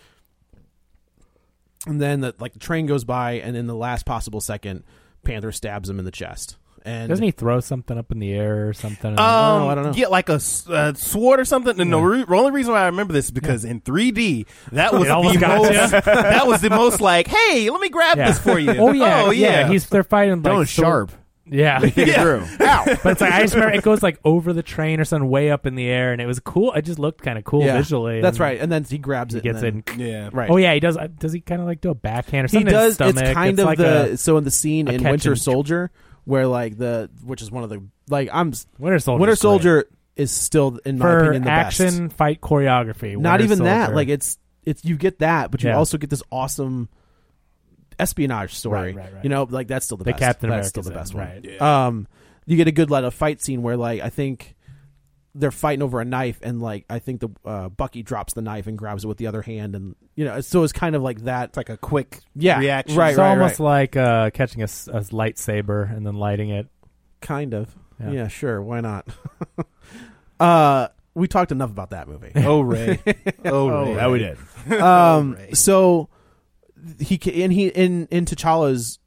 And then the like the train goes by and in the last possible second, Panther stabs him in the chest. And Doesn't he throw something up in the air or something? Um, I don't know. Yeah, like a s- uh, sword or something. And the re- only reason why I remember this is because in 3D, that was the almost most. got ya. <laughs> that was the most like, hey, let <laughs> me grab Yeah. this for you. Oh yeah, oh yeah. He's they're fighting like That was sword- sharp. Yeah, Yeah. <laughs> but it's like I just remember it goes like over the train or something way up in the air, and it was cool. It just looked kind of cool yeah, visually. That's and right. And then he grabs He it gets it. and And, yeah. then- <laughs> Right. Oh yeah, he does. uh, Does he kind of like do a backhand or he something? in his does. It's stomach? kind It's of like the a so in the scene a in catch Winter and- Soldier where like the which is one of the like I'm s- Winter Soldier. Winter Soldier is still in my for opinion the best. action fight choreography. Not Winter even that. Soldier. Like it's it's you get that, but you Yeah. also get this awesome espionage story. Right, right, right. You know, like that's still the, The best. Captain that's still the America's best in, one. right. Um, you get a good like a fight scene where like I think they're fighting over a knife and like I think the uh, Bucky drops the knife and grabs it with the other hand and you know so it's kind of like that It's like a quick yeah reaction. right it's right almost right like uh, catching a, s- a lightsaber and then lighting it. kind of Yeah. yeah, sure why not <laughs> uh we talked enough about that movie Oh Ray. Oh Ray. Yeah, we <laughs> did. um so he ca- and he in in T'Challa's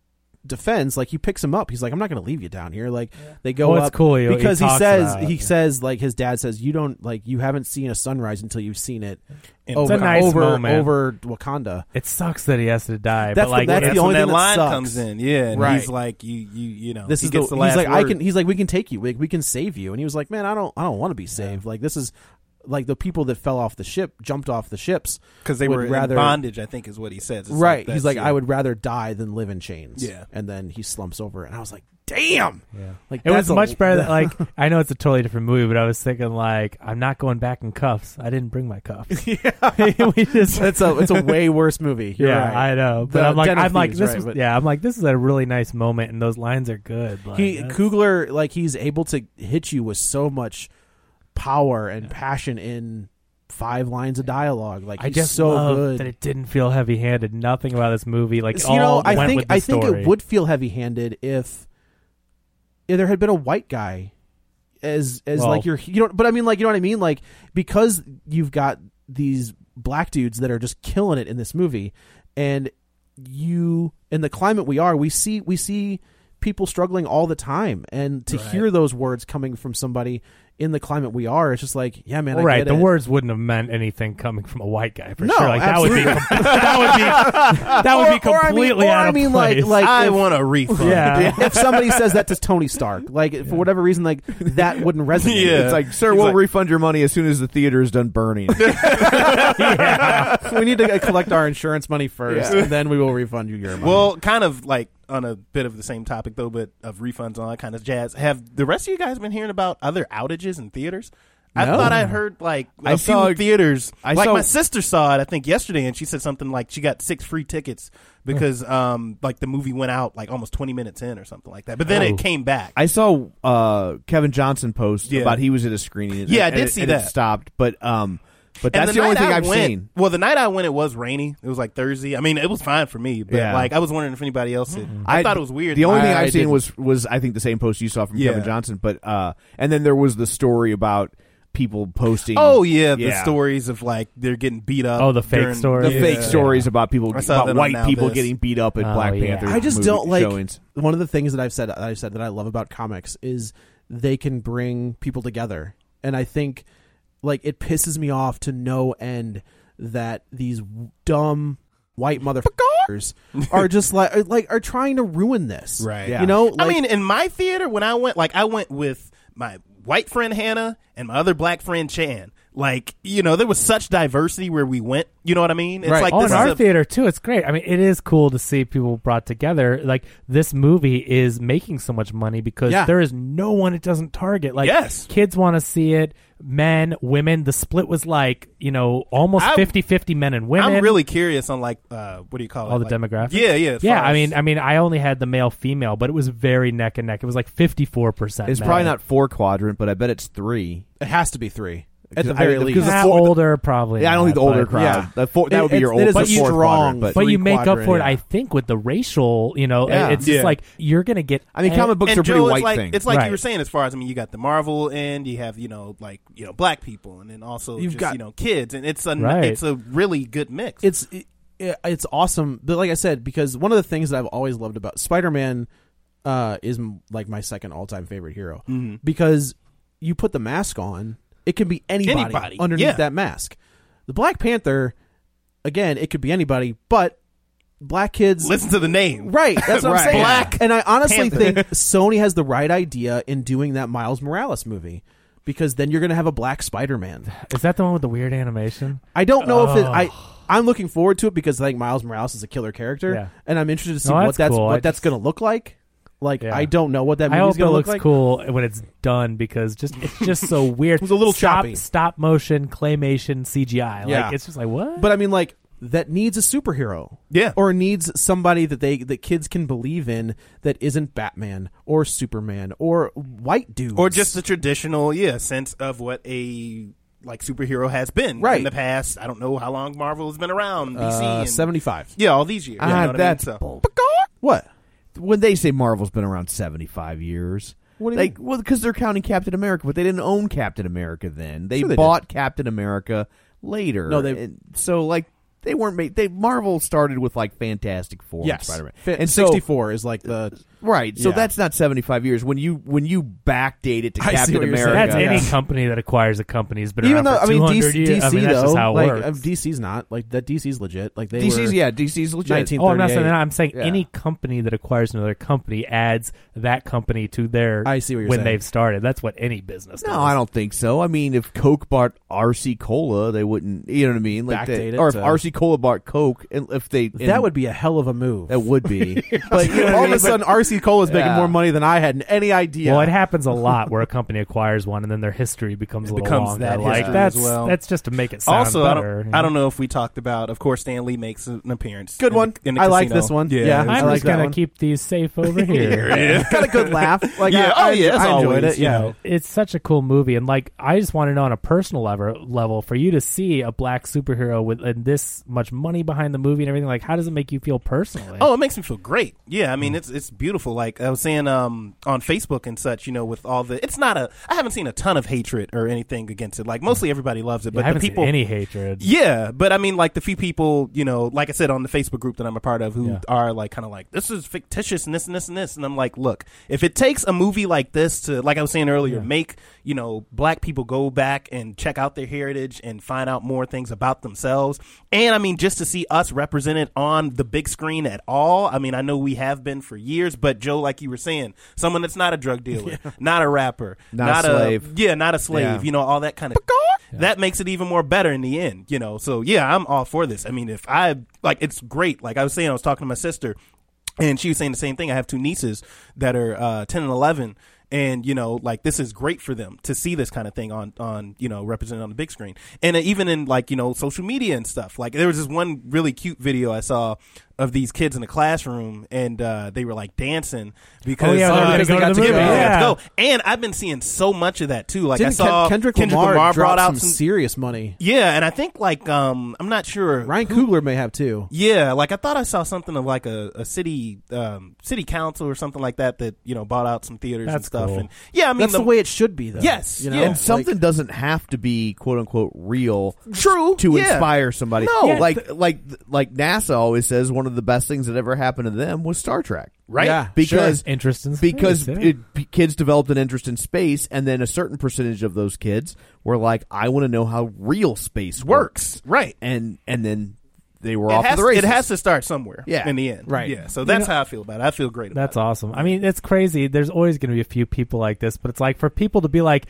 defense, like he picks him up. He's like, "I'm not going to leave you down here." Like they go Well, it's up cool he- he because he, talks says about it, he yeah. says like his dad says you don't like you haven't seen a sunrise until you've seen it It's over a nice over moment. over Wakanda. It sucks that he has to die, That's but like the- that's it's- the only when thing that that line sucks. comes in. Yeah, and Right. he's like, you, you, you know, This Oh, he is gets the, the, last he's like I word. can he's like we can take you. We, we can save you. And he was like, "Man, I don't I don't want to be saved. Like this is like the people that fell off the ship, jumped off the ships because they would were rather in bondage. I think is what he says. It's right. he's that's- like, yeah. I would rather die than live in chains. Yeah. and then he slumps over, and I was like, damn. Yeah. Like it was that's a- much <laughs> better. Than, like I know it's a totally different movie, but I was thinking like I'm not going back in cuffs. I didn't bring my <laughs> cuffs. Yeah, <laughs> we just. it's a it's a way worse movie. You're <laughs> yeah, right. I know, but The I'm like, Den of I'm like, Thieves, this right, was, but- yeah, I'm like, this is a really nice moment, and those lines are good. Like, he that's- Kugler like he's able to hit you with so much power and passion in five lines of dialogue. Like I he's just so love good. that it didn't feel heavy-handed. Nothing about this movie, like, it you know, all I went think with the I think story. it would feel heavy handed if if there had been a white guy as as Well- like your you know but I mean like you know what I mean like because you've got these black dudes that are just killing it in this movie and you in the climate we are we see we see people struggling all the time and to hear those words coming from somebody in the climate we are it's just like yeah man I right, get the it. words wouldn't have meant anything coming from a white guy for No, sure. Like <laughs> that would be that would be that would be Or- or I mean- completely or out I of mean, like- place. like I if- want a refund. yeah. <laughs> if somebody says that to Tony Stark like for whatever reason like that <laughs> wouldn't resonate Yeah. It's like, sir, He's we'll like- refund your money as soon as the theater is done burning. we need to uh, collect our insurance money first, and then we will refund you your money. Well, kind of like on a bit of the same topic though, but of refunds and all that kind of jazz. Have the rest of you guys been hearing about other outages in theaters? I No. thought I heard like a I few saw- theaters. I like saw- my sister saw it, I think yesterday, and she said something like she got six free tickets Hmm. because um like the movie went out like almost twenty minutes in or something like that. But then Oh. it came back. I saw uh, Kevin Johnson post Yeah. about he was at a screening. And, Yeah, I and did it- see and it that. stopped, but um, but And that's the, only night thing I I've went- seen. Well, the night I went, it was rainy. It was like Thursday. I mean, it was fine for me, but Yeah. like I was wondering if anybody else did. Mm-hmm. I, thought it was weird. The only I- thing I I've seen didn't. was was I think the same post you saw from Yeah. Kevin Johnson, but uh, and then there was the story about people posting. Oh yeah, the Yeah. stories of like they're getting beat up. Oh, the fake during- story. The Yeah. fake stories about people, I saw about that on white Now people This. getting beat up at Oh, Black yeah. Panther. I just movie don't like showings. one of the things that I've said that I've said that I love about comics is they can bring people together, and I think like it pisses me off to no end that these dumb white motherfuckers are just like like are trying to ruin this, Right. Yeah. You know, like, I mean, in my theater when I went, like I went with my white friend Hannah and my other black friend Chan. Like you know, there was such diversity where we went. You know what I mean? It's Right. like oh, this in our is a, theater too. It's great. I mean, it is cool to see people brought together. Like this movie is making so much money because Yeah. there is no one it doesn't target. Like Yes. kids want to see it, men, women. The split was like you know almost I'm- 50-50 men and women. I'm really curious on like uh, what do you call it? all the Like- demographics. Yeah, yeah. as yeah. far I as- mean, I mean, I only had the male female, but it was very neck and neck. It was like fifty four percent. It's probably not four quadrant, but I bet it's three. it has to be three at the I- very because least. the Nah, four- older, probably. Yeah, I don't think the not, older but- crowd. Yeah. The four, that It- would be your it's- old. it is but a fourth strong- quadrant, but But you Three make up quadrant, for it, yeah. I think, with the racial. You know, Yeah. it's just Yeah. like you're gonna get. I mean, every- comic books and are pretty Joe, it's white like, thing. It's like Right. you were saying, as far as I mean, you got the Marvel end, you have you know like you know black people, and then also You've just, got- you know kids, and it's a Right. it's a really good mix. it's it, it's awesome. But like I said, because one of the things that I've always loved about Spider Man uh, is m- like my second all time favorite hero Mm-hmm. because you put the mask on, it can be anybody, Anybody, underneath yeah. that mask. The Black Panther, again, it could be anybody, but black kids Listen to the name, Right, that's what I'm <laughs> Right. saying. Black and I honestly Panther. think Sony has the right idea in doing that Miles Morales movie because then you're going to have a black Spider-Man. Is that the one with the weird animation? I don't know if it, I I'm looking forward to it because I think Miles Morales is a killer character, Yeah. and I'm interested to see No, what that's that's cool. I what that's just- going to look like. Like Yeah. I don't know what that I movie's hope it going to look looks like. cool when it's done because just it's <laughs> just so weird. it was a little stop, choppy. Stop motion, claymation, CGI. Like Yeah. it's just like what? But I mean, like that needs a superhero, Yeah. or needs somebody that they that kids can believe in that isn't Batman or Superman or white dudes or just the traditional yeah sense of what a like superhero has been Right. in the past. I don't know how long Marvel has been around. DC uh, and, seventy five. yeah, all these years. you know Ah, what that's I mean? So- bull- What? when they say Marvel's been around seventy five years. What do you like, well, because they're counting Captain America, but they didn't own Captain America then. They Sure they bought Captain America later. No, they- And so like They weren't made. They Marvel started with like Fantastic Four, and Yes, Spider-Man, Fi- and so- sixty four is like the Right. So Yeah. that's not 75 years when you when you backdate it to <laughs> I see Captain what you're saying. America. That's any uh, Yeah. company that acquires a company has been even around though for I mean 200 DC, years. I mean, that's though just how it like works. um, DC's not like that DC's legit like they DC's were, yeah, DC's legit. 19 Oh, I'm not saying that. I'm saying Yeah. any company that acquires another company adds that company to their. I see what you're when saying. they've started. That's what any business. does. No, I don't think so. I mean, if Coke bought RC Cola, they wouldn't. You know what I mean? Like, they, Backdate it or if to- RC Cola bought Coke, and if they and that would be a hell of a move that would <laughs> be. but you know what I all of mean? a sudden RC Cola is making Yeah. more money than I had any idea Well, it happens a <laughs> lot where a company acquires one and then their history becomes a little becomes longer. that like history that's as well. that's just to make it sound Also, I better. don't, I don't know if we talked about. Of course, Stan Lee makes an appearance. Good in the- one. in the I like casino. this one. Yeah, Yeah, it I'm was I just like that gonna one. keep <laughs> these safe over here. got a <laughs> good laugh like Yeah, I, oh, yeah, I, as I enjoyed always, it yeah you know. It's such a cool movie, and like I just want to know on a personal level, level for you to see a black superhero with and this much money behind the movie and everything. Like, how does it make you feel personally? Oh, it makes me feel great. Yeah, I Mm. mean it's it's beautiful. Like I was saying um, on Facebook and such, you know, with all the it's not a I haven't seen a ton of hatred or anything against it. Like mostly everybody loves it, but Yeah, I the haven't people seen any hatred. Yeah, but I mean, like the few people, you know, like I said on the Facebook group that I'm a part of, who Yeah. are like, kind of like, this is fictitious and this and this and this, and I'm like, look, if it takes a movie like this to, like I was saying earlier, make you know black people go back and check out their heritage and find out more things about themselves, and I mean, just to see us represented on the big screen at all, I mean, I know we have been for years, but Joe, like you were saying, someone that's not a drug <laughs> dealer, not a rapper, Not a slave. yeah, not a slave, Yeah. you know, all that kind of that makes it even more better in the end, you know. So yeah, I'm all for this. I mean, if I like, it's great. Like I was saying, I was talking to my sister, and she was saying the same thing. I have two nieces that are uh, ten and eleven, and you know, like this is great for them to see this kind of thing on on you know represented on the big screen, and uh, even in like you know social media and stuff. Like there was this one really cute video I saw of these kids in a classroom, and uh, they were like dancing because yeah, they uh, were gonna go they to got the together. movie. Yeah, they got Yeah. to go. And I've been seeing so much of that too. Like I didn't saw Ken- Kendrick, Lamar, brought out some. serious money yeah, and I think like um I'm not sure. Ryan Coogler may have too Yeah, like I thought I saw something of like a, a city um city council or something like that that you know bought out some theaters and That's stuff. cool. And yeah, I mean that's the, the way it should be though Yes, you know yeah. and something doesn't have to be quote unquote real True, to yeah. inspire somebody. No. Yeah, like like like NASA always says, one of the best things that ever happened to them was Star Trek, right? Yeah, because Interest in space, because yeah. it, p- kids developed an interest in space, and then a certain percentage of those kids were like, "I want to know how real space works," right. and and then they were It off to has, the races. it has to start somewhere. Yeah. in the end, Right. Yeah, so that's how I feel about it. I feel great. About That's it. awesome. I mean, it's crazy. There's always going to be a few people like this, but it's like for people to be like,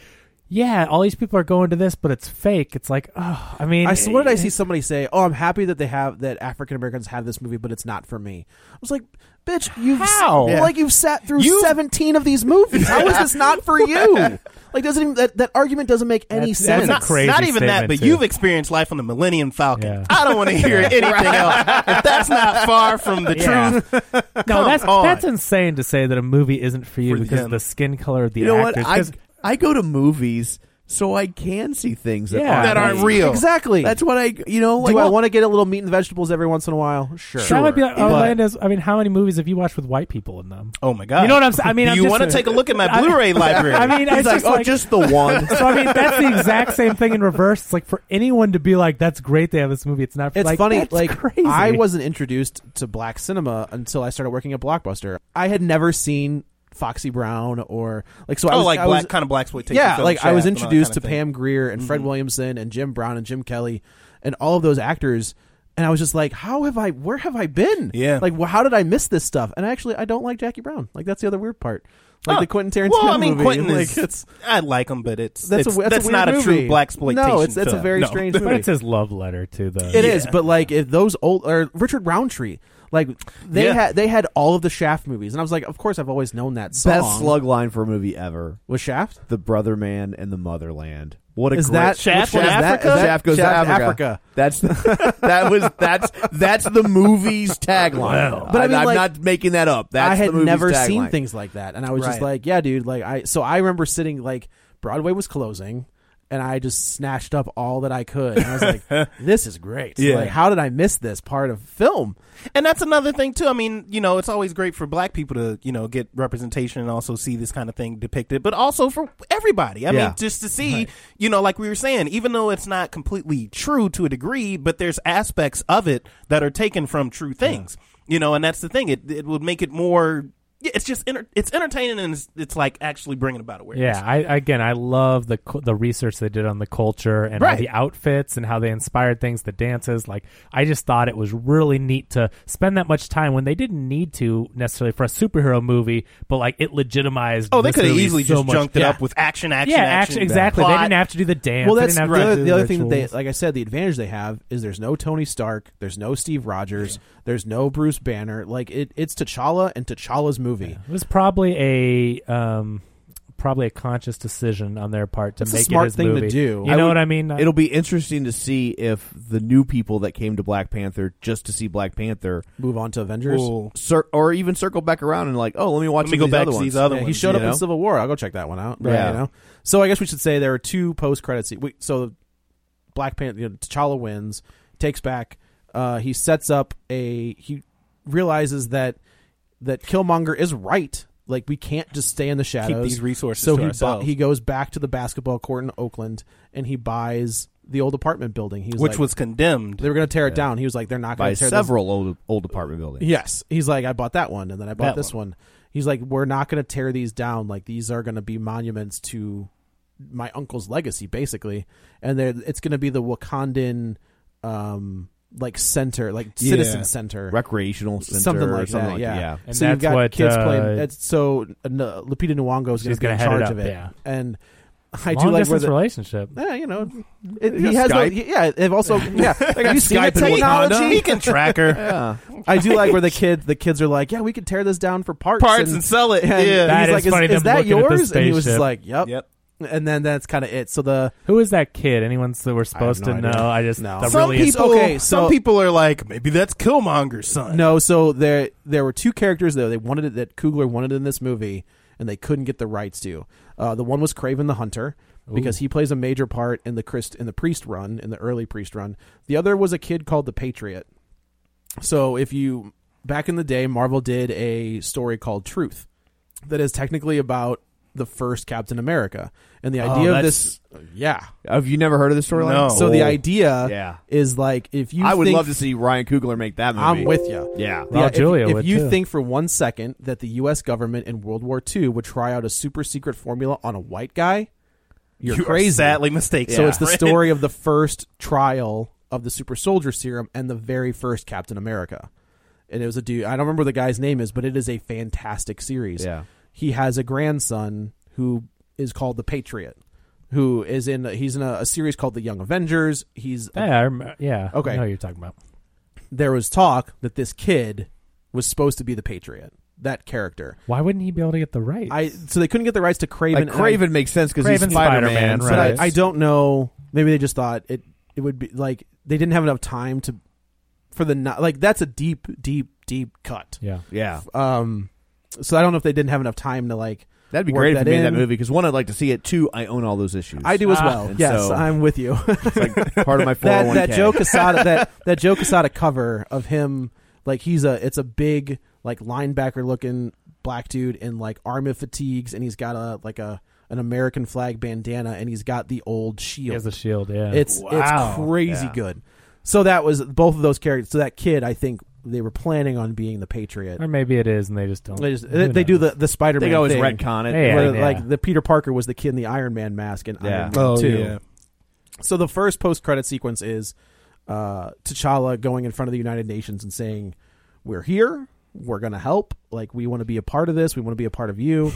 yeah, all these people are going to this, but it's fake. It's like, oh, I mean, eh, I s- what did I <laughs> see somebody say? Oh, I'm happy that they have that African Americans have this movie, but it's not for me. I was like, bitch, you've s- How? well, like you've sat through 17 of these movies. How is this not for you? Like doesn't even that, that argument doesn't make any That's- sense. that's a Not, crazy not even that, statement, but too. you've experienced life on the Millennium Falcon. Yeah. I don't want to <laughs> hear anything else. If that's not far from the Yeah. truth, No, Come that's on. that's insane to say that a movie isn't for you For because them. of the skin color of the You know what? actors. I 'Cause- I go to movies so I can see things that Yeah. aren't that aren't real. real. exactly. That's what I you know. Do Like, I want to get a little meat and vegetables every once in a while? Sure. that might be like, But- Orlando's. I mean, how many movies have you watched with white people in them? Oh my god! You know what I'm saying? I mean, Do I'm you just- want to take a look at my <laughs> <laughs> I- Blu-ray library? I mean, He's it's like, just oh, like- just the one. So I mean, that's the <laughs> exact same thing in reverse. It's like for anyone to be like, "That's great, they have this movie." It's not. For, It's like, funny, that's like crazy. I wasn't introduced to black cinema until I started working at Blockbuster. I had never seen Foxy Brown or like so. I oh, was, like I was- black kind of black exploitation. yeah, films, like I was Shaft and all that introduced kind of to thing. Mm-hmm. Pam Greer and Fred Williamson and Jim Brown and Jim Kelly and all of those actors, and I was just like, how have I? Where have I been? Yeah. like wh- how did I miss this stuff? And actually, I don't like Jackie Brown. Like that's the other weird part. Like Huh. the Quentin Tarantino Well, I mean, movie. Quentin like, is. it's I like him, but it's that's it's- a, that's, a weird not a movie. true black exploitation. No, it's that's a very <laughs> strange but movie. it's his love letter to the. It is, but like if those old or Richard Roundtree, like they Yeah. had they had all of the Shaft movies, and I was like, of course, I've always known that song. Best slug line for a movie ever: was Shaft. "The Brother Man and the Motherland." What a Is great that Shaft which one in is that? Africa? Is that- Shaft goes Shaft to Africa. Africa. That's <laughs> that was that's that's the movie's tagline. But I mean, am like, not making that up. That's I had the movie's never tagline. seen things like that, and I was just Right. like, yeah, dude. Like I, so I remember sitting like Broadway was closing. and I just snatched up all that I could. And I was <laughs> like, "This is great! Yeah. Like, how did I miss this part of film?" And that's another thing too. I mean, you know, it's always great for black people to, you know, get representation and also see this kind of thing depicted, but also for everybody. I Yeah. mean, just to see, you know, like we were saying, even though it's not completely true to a degree, but there's aspects of it that are taken from true things. You know, and that's the thing. It it would make it more yeah, it's just enter, it's entertaining and it's, it's like actually bringing about awareness. Yeah, I again, I love the cu- the research they did on the culture and all Right. the outfits and how they inspired things, the dances. Like, I just thought it was really neat to spend that much time when they didn't need to necessarily for a superhero movie, but like it legitimized. Oh, they this could have movie easily so just much. junked it Yeah. up with action, action, yeah, action, action, exactly. They plot. didn't have to do the dance. well, They that's the didn't have to other, do the other thing that they, rituals. like I said, the advantage they have is there's no Tony Stark, there's no Steve Rogers, there's no Bruce Banner. Like it, it's T'Challa and T'Challa's movie. It was probably a um, probably a conscious decision on their part to It's a make smart it his thing to movie. do. You I know would- what I mean? It'll be interesting to see if the new people that came to Black Panther just to see Black Panther, Move on to Avengers. cir- or even circle back around and like, oh, let me watch Let some me go of these back other to ones. these other Yeah, ones. he showed up you know? in Civil War. I'll go check that one out. Right. You know? So I guess we should say there are two post credit scenes. We- So Black Panther, you know, T'Challa wins, takes back. Uh, he sets up a. He realizes that that Killmonger is right. Like we can't just stay in the shadows. these resources So to he bu- ourselves. he goes back to the basketball court in Oakland and he buys the old apartment building. He was which like- was condemned. they were going to tear it down. He was like, they're not by going to tear this several old old apartment buildings. Yes. He's like, I bought that one and then I bought That this one. He's like, we're not going to tear these down. Like, these are going to be monuments to my uncle's legacy, basically. And they're, it's going to be the Wakandan, um, like center, like citizen Yeah. center. Recreational center, Something or like something that, like yeah. that. And so you've that's got what, kids uh, playing. That's, so uh, no, Lupita Nyong'o is going She's to be gonna in head it charge up, of it, yeah. and I long do like where distance the, relationship. yeah, you know, it, he has no, Skype. yeah. They've <laughs> also <laughs> yeah. Like, have you seen the Skype and technology? Wakanda? He can track <laughs> her I do like where the kids the kids are like, yeah, we could tear this down for parts, parts and sell it. Yeah. he's That is like, is, funny, is them that looking at the yours? And he was just spaceship. like, yep. Yep. And then that's kind of it. So the Who is that kid? Anyone that we're supposed no to idea. know? I just No. that Some really is- people- okay, so- some people are like, maybe that's Killmonger's son. no, so there there were two characters though they wanted it that Kugler wanted in this movie, and they couldn't get the rights to. Uh, the one was Craven the Hunter because he plays a major part in the Christ in the Priest run in the early Priest run. The other was a kid called the Patriot. So if you back in the day, Marvel did a story called Truth that is technically about the first Captain America, and Oh, the idea of this, uh, yeah. Have you never heard of this storyline? No. So the idea Oh, yeah. is like if you I would think- love to see Ryan Coogler make that movie. I'm with you. Yeah. Raul Julia if, would, you too. think for one second that the U.S. government in World War II would try out a super secret formula on a white guy, you're You are crazy. sadly mistaken. So it's the <laughs> friend. story of the first trial of the super soldier serum and the very first Captain America. And it was a dude. I don't remember what the guy's name is, but it is a fantastic series. Yeah. He has a grandson who is called the Patriot, who is in he's in a, a series called the Young Avengers. He's a yeah, I remember, yeah. Okay. I know what you're talking about. there was talk that this kid was supposed to be the Patriot, that character. Why wouldn't he be able to get the right? I so they couldn't get the rights to Craven. Like and I- Craven makes sense because he's Craven's Spider Man, Spider-Man, but right. I, I don't know. Maybe they just thought it it would be like they didn't have enough time to for the no- like that's a deep, deep, deep cut. yeah. Yeah, Um, so I don't know if they didn't have enough time to like. that'd be work great if that you made that in. movie because one, I'd like to see it. Two, I own all those issues. I do as Ah. well. And Yes, so- I'm with you. It's like <laughs> part of my four hundred <laughs> that oh one that Joe Casada <laughs> that that Joe Casada cover of him like he's a it's a big like linebacker looking black dude in like army fatigues and he's got a like a an American flag bandana and he's got the old He shield. has a shield. Yeah. It's it's crazy good. So that was both of those characters. So that kid, I think they were planning on being the Patriot. or maybe it is, and they just don't. They just who they, they do knows? the the Spider Man. They always thing, retcon it. Hey, where, yeah. Like the Peter Parker was the kid in the Iron Man mask and Yeah. Iron Man two. So the first post credit sequence is uh, T'Challa going in front of the United Nations and saying, "We're here. We're gonna help. Like we want to be a part of this. We want to be a part of <laughs> you."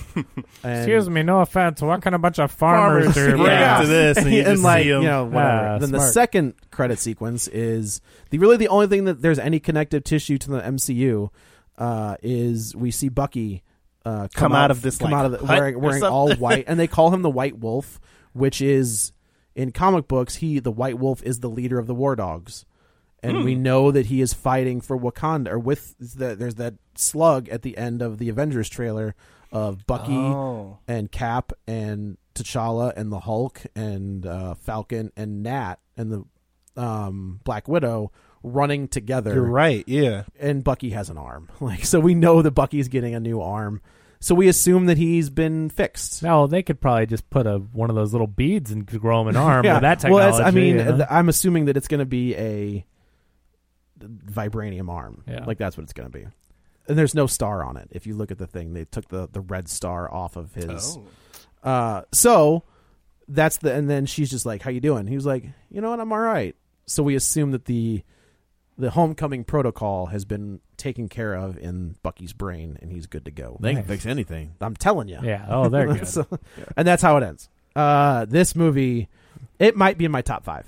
and, Excuse me, no offense. What kind of bunch of farmers, Farmers, do? yeah. Yeah. to this, and <laughs> you just like see 'em. you know whatever. Ah, then the smart. second credit sequence is the really the only thing that there's any connective tissue to the MCU uh, is we see Bucky uh, come, Come out of this, come like, out of the, hut wearing, or wearing something. <laughs> all white, and they call him the White Wolf, which is in comic books he the White Wolf is the leader of the War Dogs. And we Hmm. know that he is fighting for Wakanda, or with the, there's that slug at the end of the Avengers trailer of Bucky Oh. and Cap and T'Challa and the Hulk and uh, Falcon and Nat and the um, Black Widow running together. You're right. Yeah. And Bucky has an arm. <laughs> Like so, we know that Bucky's getting a new arm. So we assume that he's been fixed. No, they could probably just put a one of those little beads and grow him an arm with that technology. Well, that's- I mean, you know? th- I'm assuming that it's going to be a vibranium arm. Yeah. Like that's what it's going to be. And there's no star on it. If you look at the thing, they took the the red star off of his. Oh. Uh, so that's the and then she's just like, "How you doing?" He was like, "You know what? I'm all right." So we assume that the the homecoming protocol has been taken care of in Bucky's brain, and he's good to go. They can fix anything. I'm telling you. yeah. Oh, they're good. So- And <laughs> that's how it ends. Uh, this movie, it might be in my top five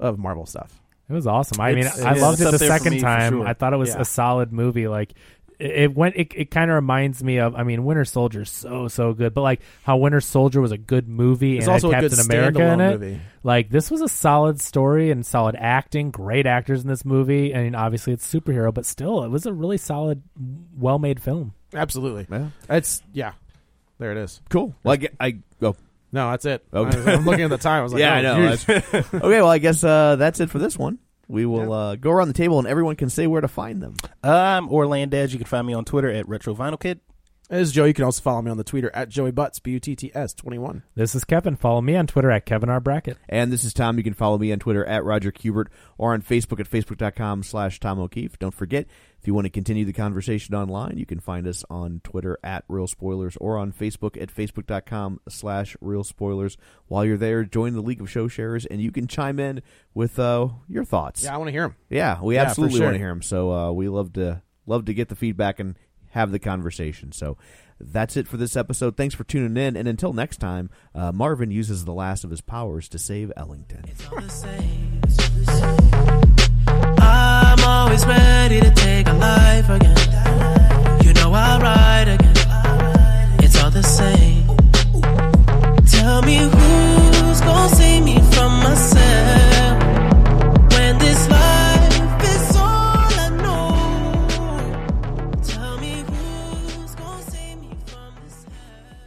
of Marvel stuff. It was awesome. I mean, It's- I it's loved it up the there for second me, for time. sure. I thought it was Yeah. a solid movie. Like it, it went. It, it kind of reminds me of. I mean, Winter Soldier's so so good, but like how Winter Soldier was a good movie It's and also a had good Captain America in standalone it. movie. Like this was a solid story and solid acting. Great actors in this movie. I mean, obviously it's superhero, but still, it was a really solid, well made film. Absolutely. Yeah. It's yeah. There it is. Cool. Like I <laughs> oh, No, that's it. Okay. I was- I'm looking at the time. I was like, Oh. <laughs> yeah, oh, I know. geez. That's- okay, well, I guess uh, that's it for this one. We will uh, go around the table and everyone can say where to find them. I'm Um, Orlandez. You can find me on Twitter at RetroVinylKid. This is Joe. You can also follow me on the Twitter at Joey Butts B U T T S twenty one. This is Kevin. Follow me on Twitter at Kevin R Brackett. And this is Tom. You can follow me on Twitter at Roger Kubert or on Facebook at facebook.com slash Tom O'Keefe. Don't forget, if you want to continue the conversation online, you can find us on Twitter at Real Spoilers or on Facebook at facebook.com slash Real Spoilers. While you're there, join the League of Show Sharers and you can chime in with uh, your thoughts. Yeah, I want to hear him. Yeah, we Yeah, for absolutely want sure. to hear them. So uh, we love to love to get the feedback and have the conversation. So that's it for this episode. Thanks for tuning in, and until next time, uh, Marvin uses the last of his powers to save Ellington. I'm always ready to take a life again. You know I'll ride again. It's all the same. Tell me who's gonna save me from myself when this life is all I know. Tell me who's gonna save me from this hell.